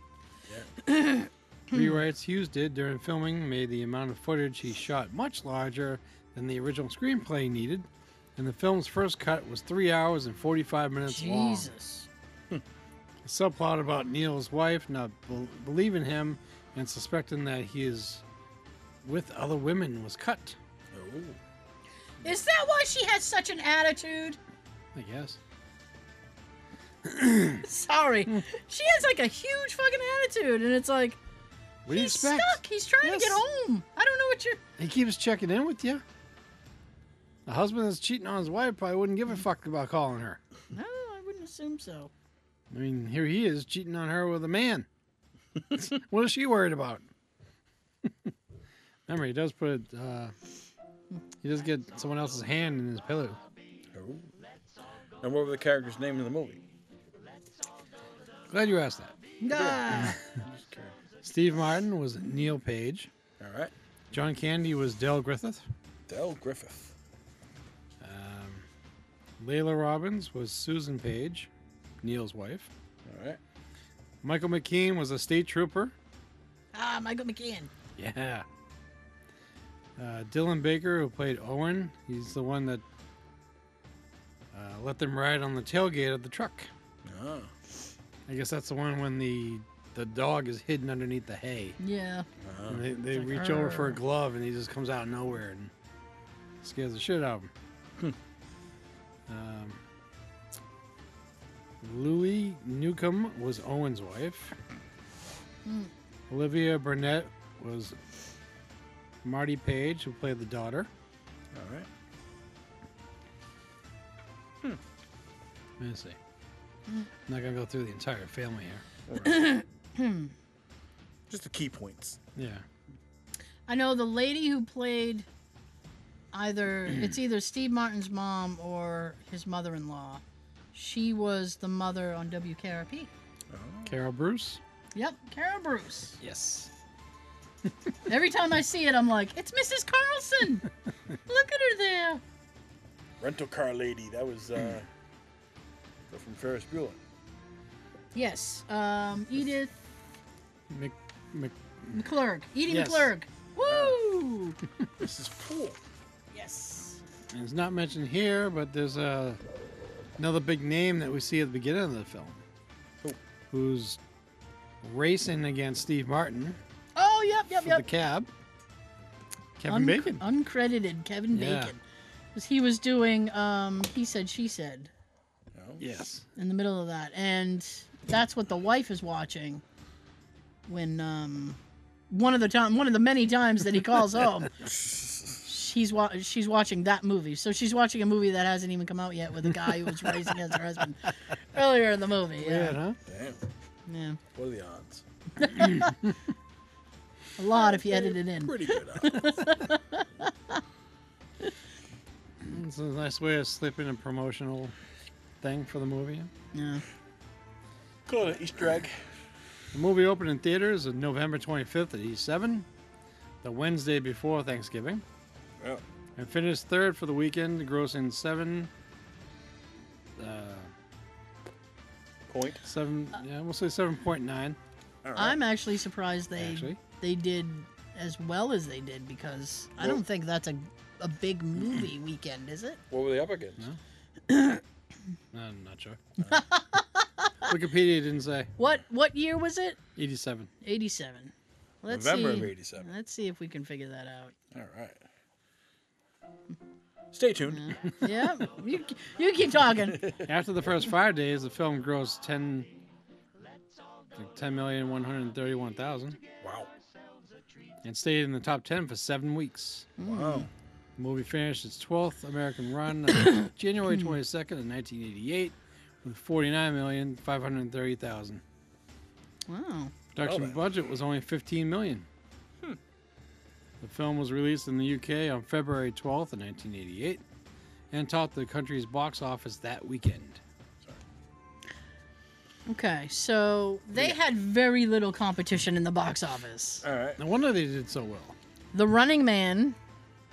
B: Rewrites Hughes did during filming made the amount of footage he shot much larger than the original screenplay needed, and the film's first cut was three hours and 45 minutes long
C: Jesus.
B: subplot about Neil's wife not bel believing him and suspecting that he is with other women was cut.
D: Oh.
C: Is that why she has such an attitude? *laughs*
B: I guess.
C: Sorry. she has like a huge fucking attitude, and it's like,
B: What do you
C: he's
B: expect?
C: stuck. He's trying to get
B: Yes.
C: home. I don't know what you're.
B: He keeps checking in with you. A husband that's cheating on his wife probably wouldn't give a fuck about calling her.
C: No, I wouldn't assume so.
B: I mean, here he is cheating on her with
C: *laughs*
B: a man. what is she worried about? *laughs* Remember, he does put uh, he does get someone else's hand in his pillow.
D: Oh. And what were the characters' name in the movie?
B: Glad you asked that.
C: Ah,
B: Steve Martin was Neil Page.
D: All right.
B: John Candy was Dell Griffith.
D: Dell Griffith.
B: Um, Layla Robbins was Susan Page, Neil's wife.
D: All right.
B: Michael McKean was a state trooper.
C: Ah, Michael McKean.
B: Yeah. Uh, Dylan Baker, who played Owen, he's the one that uh, let them ride on the tailgate of the truck.
D: Oh.
B: I guess that's the one when the the dog is hidden underneath the hay.
C: Yeah.
D: oh.
B: And they they
C: It's like,
B: reach over for
C: "Arr."
B: a glove, and he just comes out of nowhere and scares the shit out of him. um, Louis Newcomb was Owen's wife.
C: Hmm.
B: Olivia Burnett was Marty Page, who played the daughter.
D: All right.
B: Let me see.
C: Hmm.
B: I'm not gonna go through the entire family here.
D: Just the key points.
B: Yeah.
C: I know the lady who played either it's either Steve Martin's mom or his mother-in-law. She was the mother on WKRP.
D: Uh-huh.
B: Carol Bruce.
C: Yep, Kara Bruce.
B: Yes.
C: Every time I see it, I'm like, it's Mrs.
B: *laughs*
C: Carlson. Look at her there.
D: Rental car lady. That was uh, from Ferris Bueller.
C: Yes, um, Edith
B: Mc, Mc,
C: McClurg. Edie
B: Yes. Uh,
C: McClurg.
B: *laughs*
C: Woo!
D: This is cool.
C: yes.
B: And It's not mentioned here, but there's a, another big name that we see at the beginning of the film,
D: Who?
B: who's racing against Steve Martin
C: Oh, yep, yep,
B: for the
C: yep.
B: cab. Kevin
C: Un-
B: Bacon.
C: Uncredited Kevin
B: Yeah.
C: Bacon. 'Cause He was doing um, He Said, She Said
D: No?
B: yes.
C: in the middle of that. And that's what the wife is watching when um, one of the time, one of the many times that he calls
D: *laughs*
C: home. She's wa- she's watching that movie, so she's watching a movie that hasn't even come out yet with a guy who was racing against her
D: *laughs*
C: husband earlier in the movie.
B: Yeah.
C: Yeah,
B: huh?
D: Damn.
C: yeah,
D: What are the odds?
C: a lot if you edit it in.
D: Pretty good
C: *laughs*
D: odds.
B: It's a nice way of slipping a promotional thing for the movie.
C: Yeah.
D: Call it an Easter egg.
B: The movie opened in theaters on November 25th at E7, the Wednesday before Thanksgiving,
D: Yeah.
B: and finished third for the weekend, grossing seven. Uh,
D: Point.
B: Seven, yeah, we'll say seven point nine.
D: All right.
C: I'm actually surprised they
B: Actually.
C: they did as well as they did because I
D: Well-
C: don't think that's a a big movie weekend, is it?
D: What were they up against?
B: No. I'm Uh, not sure. *laughs* Wikipedia didn't say
C: What what year was it?
B: eighty-seven.
C: 87. Let's
D: November
C: see.
D: of 87.
C: Let's see if we can figure that out. *laughs*
D: All right. Stay tuned.
C: Yeah, you you keep talking.
B: After the first five days, the film grossed ten, like ten million one hundred thirty-one thousand,
D: Wow.
B: and stayed in the top ten for seven weeks.
D: Wow.
B: The movie finished its twelfth American run on January twenty-second of nineteen eighty-eight with forty-nine million five hundred thirty thousand.
C: Wow.
B: Production
D: Well then. Hmm.
B: budget was only 15 million. The film was released in the UK on February 12th, of 1988, and topped the country's box office that weekend.
C: Okay, so they had very little competition in the box office.
D: All right.
B: No wonder they did so well.
C: The Running Man,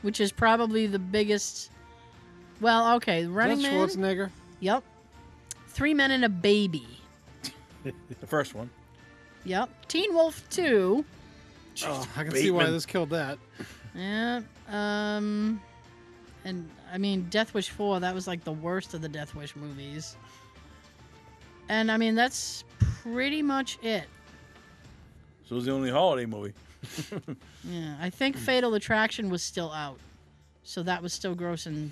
C: which is probably the biggest. Well, okay, The Running
B: Is that
C: Man.
B: Schwarzenegger?
C: Yep. Three Men and a Baby.
D: The first one.
C: Yep. Teen Wolf 2.
B: Oh, *laughs* I can see why
D: Bateman.
B: this killed that.
C: Yeah. Um and I mean Death Wish 4, that was like the worst of the Death Wish movies. And I mean that's pretty much it.
D: So it was the only holiday movie.
C: Yeah. I think Fatal Attraction was still out. So that was still grossing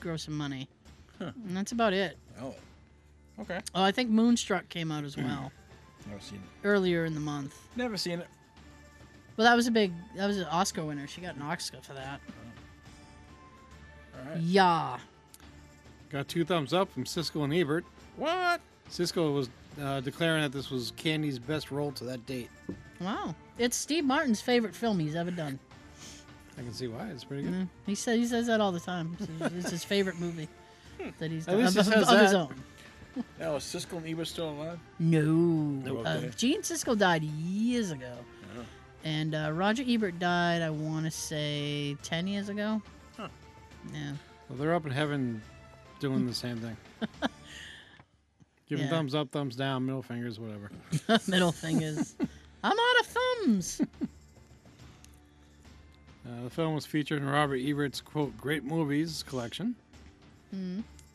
C: grossing money. And that's about it.
D: Oh. Okay.
C: Oh, I think Moonstruck came out as well
D: Never seen it.
C: earlier in the month.
D: Never seen it.
C: Well, that was a big that was an Oscar winner. She got an Oscar for that.
D: Alright.
C: Yeah.
B: Got two thumbs up from Siskel and Ebert.
D: What?
B: Siskel was uh, declaring that this was Candy's best role to that date.
C: Wow. It's Steve Martin's favorite film he's ever done.
B: I can see why. It's pretty good.
C: Mm, He said he says that all the time. It's- It's his favorite movie that he's
B: *laughs* At
C: done
B: least
C: of,
B: he
C: of-
B: says
C: of his
B: that.
C: own.
D: Now is Siskel and Ebert still alive?
C: No,
D: Nope.
C: uh,
D: Okay.
C: Gene Siskel died years ago,
B: Oh.
C: and uh, Roger Ebert died. I want to say ten years ago.
D: Huh.
C: Yeah. *laughs*
B: Well, they're up in heaven doing the same thing. Giving
C: Yeah.
B: thumbs up, thumbs down, middle fingers, whatever.
C: Middle
B: *laughs*
C: fingers. I'm out of thumbs.
B: Uh, the film was featured in Robert Ebert's quote great movies collection.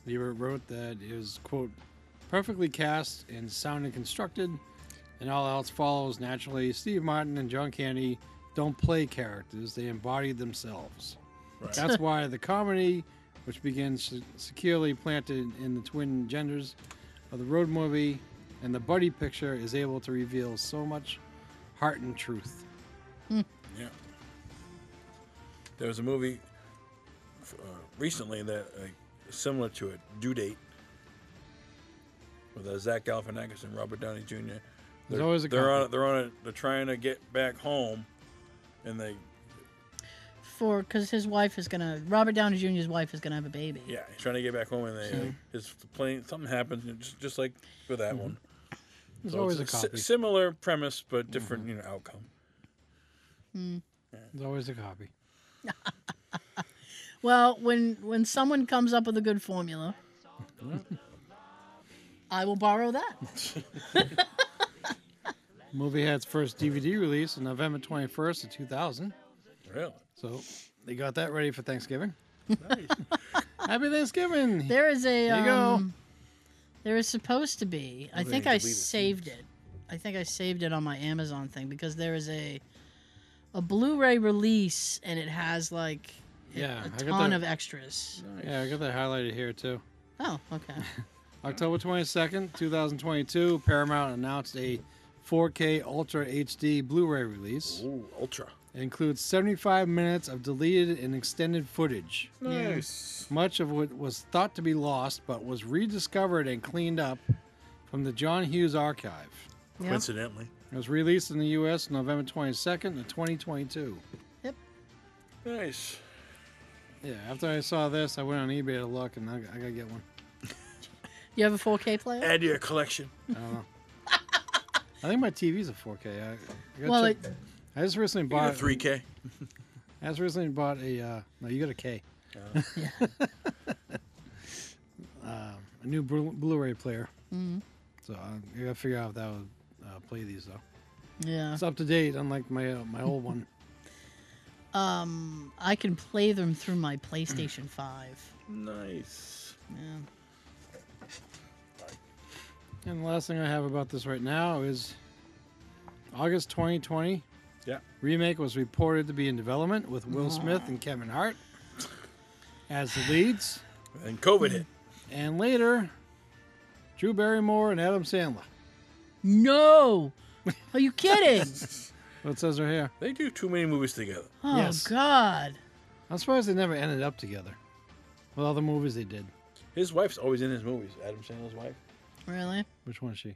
B: Ebert wrote that it was quote perfectly cast and sounding constructed, and all else follows naturally. Steve Martin and John Candy don't play characters; they embody themselves.
D: Right.
B: That's
D: *laughs*
B: why the comedy, which begins se- securely planted in the twin genders of the road movie and the buddy picture, is able to reveal so much heart and truth.
D: Yeah. There was a movie f- uh, recently that uh, similar to it, Due Date, with uh, Zach Galifianakis and Robert Downey Jr. They're,
B: always a
D: they're on
B: conflict.
D: it. They're on it. They're trying to get back home, and they
C: For because his wife is gonna Robert Downey Jr.'s wife is gonna have a baby.
D: yeah, he's trying to get back home, and they
B: Hmm.
D: like, his plane something happens, and just just like with that one.
B: There's
D: So
B: Hmm. always a Hmm.
D: it's si-
B: copy.
D: similar premise, but different you know outcome.
B: There's always a copy.
C: Well, when when someone comes up with a good
B: *laughs*
C: formula, I will borrow that.
B: Movie had its first DVD release on November 21st of 2000.
D: Really?
B: So they got that ready for Thanksgiving. *laughs* Happy Thanksgiving.
C: There is a
B: There you go.
C: um, there is supposed to be. I
D: they
C: think I
D: deleted scenes.
C: saved it. I think I saved it on my Amazon thing because there is a a Blu-ray release and it has like
B: yeah,
C: a
B: I
C: ton
B: got
C: of
B: that.
C: extras.
B: Yeah, I got that highlighted here too.
C: Oh, okay.
B: October 22nd, 2022, Paramount announced a 4K Ultra HD Blu-ray release.
D: Ooh, ultra.
B: It includes 75 minutes of deleted and extended footage.
D: Nice.
B: Much of what was thought to be lost, but was rediscovered and cleaned up from the John Hughes archive.
C: Yep.
D: Coincidentally,
B: It was released in the U.S. November 22nd of 2022.
D: nice.
B: Yeah, after I saw this, I went on eBay to look, and I, I gotta get one.
C: You have a 4K player?
D: Add to your collection.
B: I
C: *laughs*
B: don't know. I think my TV's a 4K. I, I, gotta
C: Well,
B: check-
C: it,
B: I just recently
D: You got
B: bought.
D: a 3K.
B: I just recently bought a. Uh, no, you got a K. *laughs*
C: yeah.
B: Um, A new Blu- Blu-ray player.
C: Mm-hmm.
B: So I, I gotta figure out if that would uh, play these though.
C: yeah.
B: It's up to date, unlike my uh, my
C: *laughs*
B: old one.
C: Um, I can play them through my PlayStation 5.
D: Nice.
C: Yeah.
B: And the last thing I have about this right now is August 2020.
D: Yeah.
B: Remake was reported to be in development with
C: Ah.
B: Will Smith and Kevin Hart as the leads,
D: And COVID hit.
B: and later Drew Barrymore and Adam Sandler.
C: No. Are you kidding?
B: What it says right here.
D: They do too many movies together.
C: Oh
B: Yes.
C: God.
B: I'm surprised they never ended up together. With all the movies they did.
D: His wife's always in his movies. Adam Sandler's wife.
C: Really?
B: Which one is she?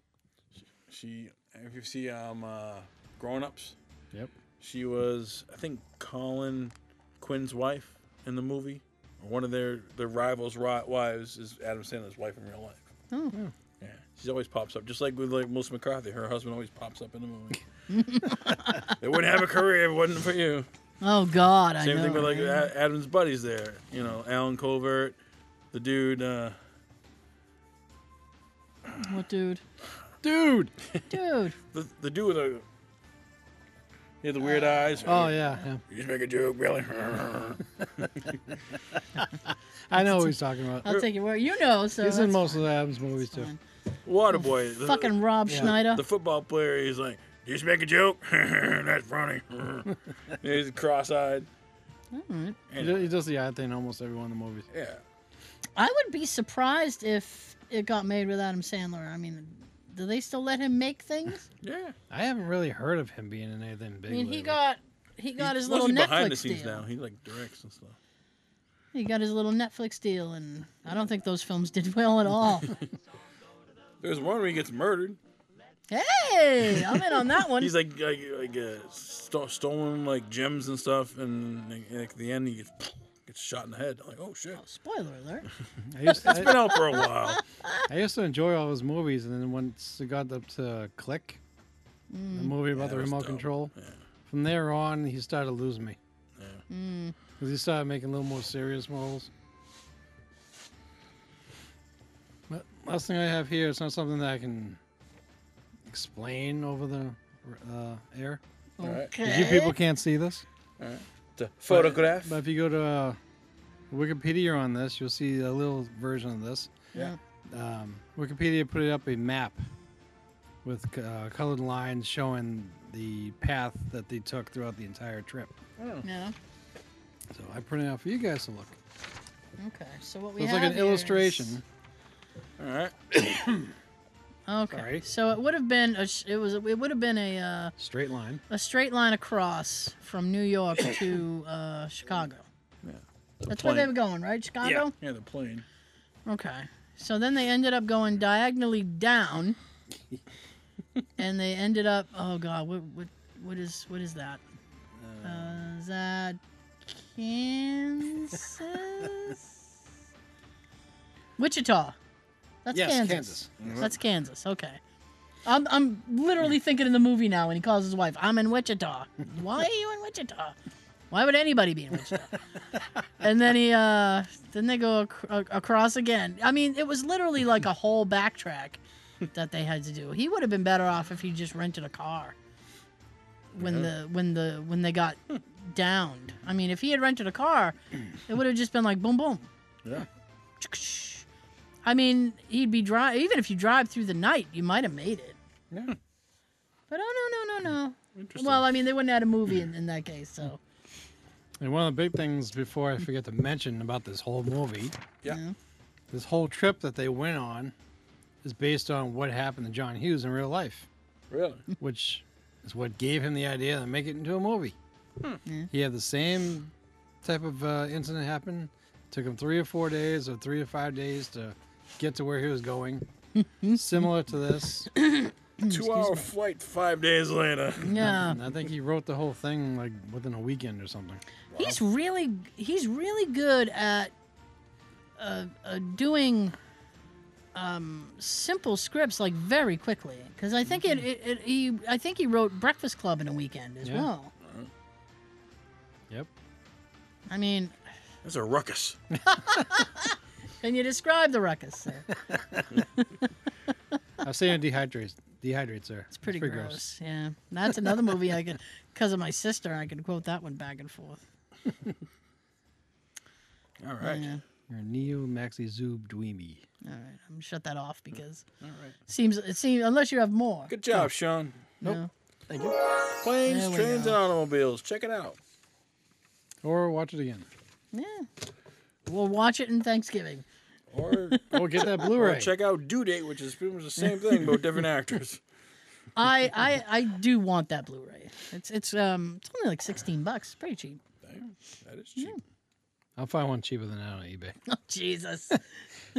D: She, if you see um, uh, Grown Ups,
B: Yep.
D: she was I think Colin Quinn's wife in the movie. Or One of their their rivals' ri- wives is Adam Sandler's wife in real life.
C: Oh.
D: Yeah, she always pops up, just like with like Melissa McCarthy. Her husband always pops up in the movie. *laughs* they wouldn't have a career if it wasn't for you.
C: Oh God. I
D: Same
C: know.
D: thing with like
C: right?
D: A- Adam's buddies there. You know, Alan Covert, the dude. Uh,
C: What dude?
B: Dude!
C: Dude.
D: The, the dude with the he had the weird eyes.
B: Oh yeah, yeah.
D: You just make a joke, *laughs* Billy.
B: I know who he's talking about.
C: I'll take your word. You know, so
B: He's in
C: that's
B: most of Adam's movies too.
C: fine.
D: Waterboy. The,
C: Fucking Rob
B: Yeah.
C: Schneider.
D: the football player. He's like, you just make a joke. *laughs*
C: *laughs*
D: That's funny. he's cross-eyed.
C: Alright.
B: He does, he does the odd thing in almost every one of the movies.
D: Yeah.
C: I would be surprised if it got made with Adam Sandler. I mean, do they still let him make things?
D: Yeah.
B: I haven't really heard of him being in anything big.
C: I mean, he
B: lately.
C: got he got his
D: He's
C: little
D: mostly
C: Netflix
D: behind the scenes
C: deal.
D: now. He like directs and stuff.
C: He got his little Netflix deal, and I don't think those films did well at all.
D: There's one where he gets murdered.
C: hey, I'm in on that one.
D: He's like like, like uh, sto- stolen like gems and stuff, and like, at the end he gets, *sniffs* gets shot in the head. I'm like, oh shit.
C: Spoiler alert. *laughs*
B: I used,
D: It's been
B: I,
D: out for a while.
B: I used to enjoy all his movies, and then once it got up to Click, the movie about
D: Yeah,
B: the
D: that was
B: remote
D: dope.
B: control,
D: Yeah.
B: from there on, he started losing me.
D: Yeah.
B: Because he started making a little more serious models. last thing I have here, it's not something that I can explain over the uh, air.
D: right.
C: Okay. *laughs*
B: 'Cause You people can't see this.
D: The photograph.
B: But if you go to uh, Wikipedia on this, you'll see a little version of this.
D: Yeah.
B: Um, Wikipedia put up a map with uh, colored lines showing the path that they took throughout the entire trip.
C: Yeah.
B: So I printed out for you guys to look.
C: Okay. So what we
B: So it's
C: have
B: like an
C: here is-
B: illustration.
D: All right.
C: Okay.
B: Sorry.
C: So it would have been a sh- it was it would have been a uh,
B: Straight line.
C: a straight line across from New York to uh, Chicago. That's where they were going, right? Chicago.
D: Yeah, the plane.
C: Okay. So then they ended up going diagonally down, and they ended up. Oh God, what what what is what is that? Uh, is that Kansas? Wichita. That's
B: yes, Kansas.
C: Kansas. That's Kansas. Okay. I'm, I'm literally thinking in the movie now when he calls his wife, I'm in Wichita. Why are you in Wichita? Why would anybody be in Wichita? and then he, uh, then they go ac- ac- across again. I mean, it was literally like a whole backtrack that they had to do. He would have been better off if he just rented a car when the when the when they got downed. I mean, if he had rented a car, it would have just been like boom boom.
D: Yeah.
C: I mean, he'd be dry. Even if you drive through the night, you might have made it.
D: Yeah.
C: But oh no no no no.
D: Interesting.
C: Well, I mean, they wouldn't have had a movie in, in that case, so
B: And one of the big things before I forget to mention about this whole movie,
D: yeah.
B: this whole trip that they went on is based on what happened to John Hughes in real life,
C: *laughs*
D: Really?
B: which is what gave him the idea to make it into a movie.
D: Hmm.
B: He had the same type of uh, incident happen. Took him three or four days or three or five days to get to where he was
C: *laughs*
B: going. Similar
C: *clears throat*
B: to this.
D: Two-hour flight five days later.
C: yeah.
B: And I think he wrote the whole thing like within a weekend or something.
C: He's really he's really good at uh, uh, doing um, simple scripts like very quickly because I think it, it, it he I think he wrote Breakfast Club in a weekend as
B: Yeah.
C: well.
B: Yep.
C: I mean,
D: That's a ruckus.
C: can you describe the ruckus? sir?
B: I'm saying dehydrates. Dehydrates there.
C: It's pretty, gross. Yeah, that's another movie I could, because of my sister, I could quote that one back and forth.
D: All right.
C: Yeah.
B: You're a neo maxi zoob dweeby.
C: All right, I'm gonna shut that
B: Mm.
C: off because seems it seems unless you have more.
D: Good job, Sean.
C: No.
B: Thank you.
D: Planes,
C: There we
D: trains,
C: go.
D: and automobiles. Check it out.
B: Or watch it again.
C: Yeah. We'll watch it in Thanksgiving. *laughs*
D: Or,
B: Oh, get
D: *laughs*
B: that
D: or
B: Blu-ray.
D: check out Due Date, which is pretty much the same thing, but
C: *laughs*
D: with different actors.
C: I I I do want that Blu-ray. It's it's um it's only like 16 bucks. It's Pretty cheap. *laughs*
D: That is cheap.
B: I'll find one cheaper than that on eBay.
C: Oh Jesus.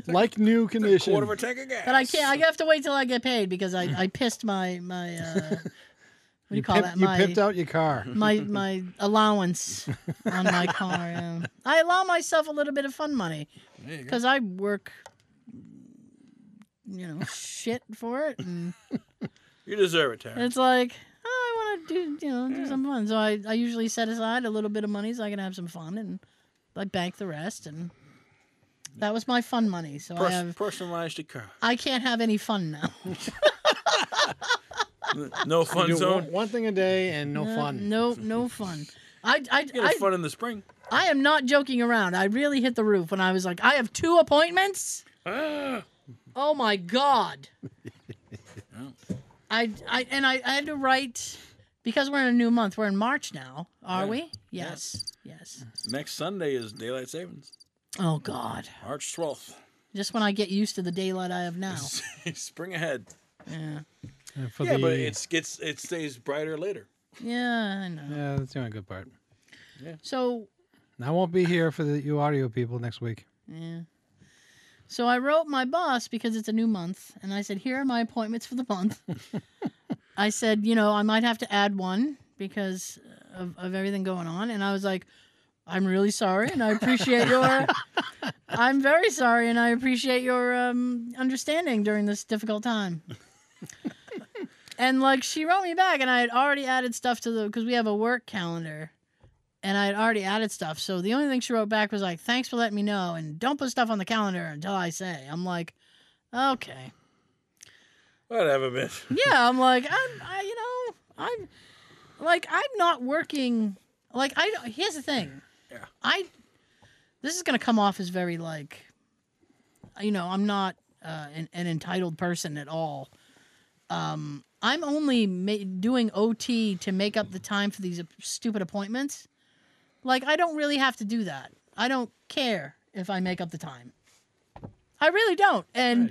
B: like new condition.
D: Quarter of a tank of gas.
C: But I
B: *laughs*
C: can't. I have to wait till I get paid because I I pissed my my uh, what do you,
B: you
C: call
B: pimp-
C: that?
B: you
C: My
B: pimped out your
D: *laughs*
B: car.
C: my my allowance on my car. Yeah. I allow myself a little bit of fun money
D: There you go.
C: because I work, you know, shit for it, and
D: You deserve it, Taryn.
C: it's like oh, I want to do you know do some fun. So I I usually set aside a little bit of money so I can have some fun, and I bank the rest, and that was my fun money. So I
D: Pers-
C: have.
D: personalized
C: *laughs*
D: your car.
C: I can't have any fun now.
D: No
B: You
D: fun
B: do
D: zone.
B: one, one thing a day and no
C: Uh, *laughs*
B: fun.
C: No, no fun. I, I,
D: Get
C: I,
D: fun in the spring.
C: I am not joking around. I really hit the roof when I was like, I have two
D: *gasps*
C: appointments. oh my
D: *laughs*
C: god. I, I and I, I had to write because we're in a new month. We're in March now, are
D: Yeah.
C: we? Yes. Yes.
D: Next Sunday is daylight savings,
C: Oh god.
D: March twelfth.
C: Just when I get used to the daylight I have now.
D: *laughs* spring ahead.
C: Yeah.
B: And for
D: Yeah,
B: the,
D: but
C: uh,
D: it's gets it stays brighter later.
C: Yeah, I know.
B: yeah, that's the only good part.
C: So
B: And I won't be here for the you audio people next week.
C: Yeah. So I wrote my boss because it's a new month, and I said, "Here are my appointments for the month." I said, "You know, I might have to add one because of, of everything going on," and I was like, "I'm really sorry, and I appreciate your, I'm very sorry, and I appreciate your um, understanding during this difficult time." and like she wrote me back, and I had already added stuff to the because we have a work calendar and I had already added stuff. So the only thing she wrote back was like, "Thanks for letting me know, and don't put stuff on the calendar until I say." I'm like, Okay.
D: Whatever, bitch.
C: yeah, I'm like, I'm, I, you know, I'm like, I'm not working. Like, I don't- here's the thing.
D: Yeah.
C: I this is gonna come off as very like, you know, I'm not uh, an, an entitled person at all. Um, I'm only ma- doing OT to make up the time for these stupid appointments. Like, I don't really have to do that. I don't care if I make up the time. I really don't, and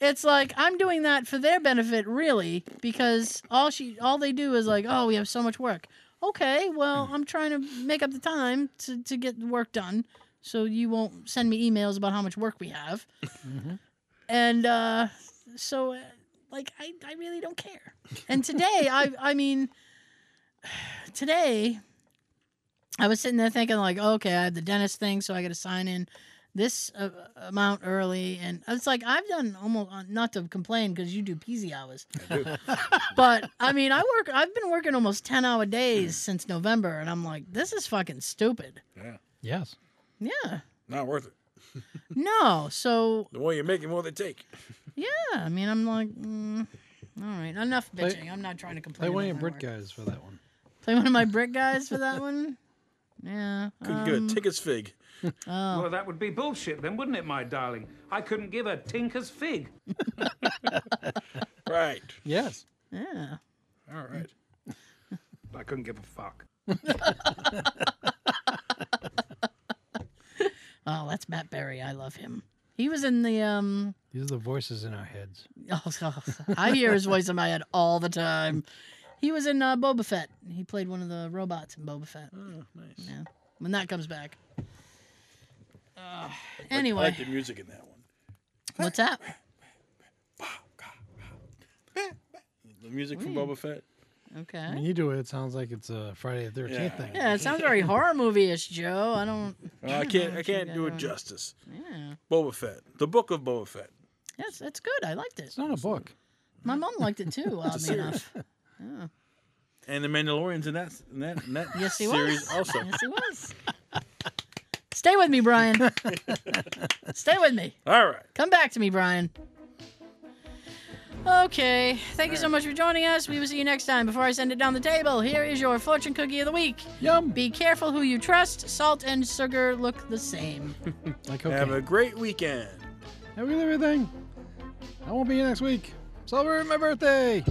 B: Right.
C: it's like I'm doing that for their benefit, really, because all she, all they do is like, oh, we have so much work. Okay, well, I'm trying to make up the time to to get the work done, so you won't send me emails about how much work we have. And uh, so, uh, like, I, I really don't care. And today, I I mean, *sighs* today, I was sitting there thinking like, okay, I have the dentist thing, so I got to sign in this uh, amount early and it's like i've done almost uh, not to complain because you do peasy hours *laughs* but i mean i work i've been working almost 10 hour days
B: Mm.
C: since november and i'm like this is fucking stupid
D: Yeah,
G: Yes.
B: *laughs*
C: yeah
D: *laughs* not worth it.
C: no so
D: The more you make, the more they take.
C: yeah i mean i'm like mm, all right enough
B: Play-
C: bitching i'm not trying to complain
B: Play one of
C: about
B: your
C: my
B: Brit
C: work.
B: guys for that one.
C: play one of my
B: *laughs*
C: brick guys for that one yeah
D: Couldn't get a
C: um,
D: ticket's fig.
E: Well, Oh, that would be bullshit then, wouldn't it, my darling? I couldn't give a tinker's fig.
D: Right.
B: Yes.
C: yeah
D: All right.
E: I couldn't give a fuck.
C: oh that's matt berry i love him he was in the um
G: These are the voices in our heads.
C: Oh, *laughs* oh, I hear his voice in my head all the time. He was in uh, Boba Fett. He played one of the robots in Boba Fett.
D: Oh, nice.
C: Yeah, when that comes back. Uh,
D: I like
C: *sighs* anyway,
D: the music in that one.
C: what's that?
D: The music from
C: Mm.
D: Boba Fett.
G: When
C: Okay.
G: you do it, it sounds like it's a Friday the 13th
D: Yeah.
G: thing.
C: Yeah, it sounds very horror movie-ish, Joe. I don't.
D: Well, I
C: don't
D: can't.
C: know
D: I
C: what
D: can't
C: you
D: do
C: got
D: it
C: on.
D: justice.
C: Yeah,
D: Boba Fett. The book of Boba Fett.
C: that's that's good. I liked it.
G: It's not a book.
C: My mom liked it too. Oddly enough.
D: And the Mandalorians in that in that, in that
C: Yes, he
D: series
C: was.
D: also.
C: Yes, it was. Stay with me,
D: *laughs*
C: Brian. Stay with me.
D: All right.
C: Come back to me, Brian. Okay, thank you so much for joining us. We will see you next time. Before I send it down the table, here is your fortune cookie of the week.
G: Yum.
C: Be careful who you trust. Salt and sugar look the same.
G: Like, okay.
D: Have a great weekend.
G: Have a good everything. I won't be here next week. Celebrate my birthday.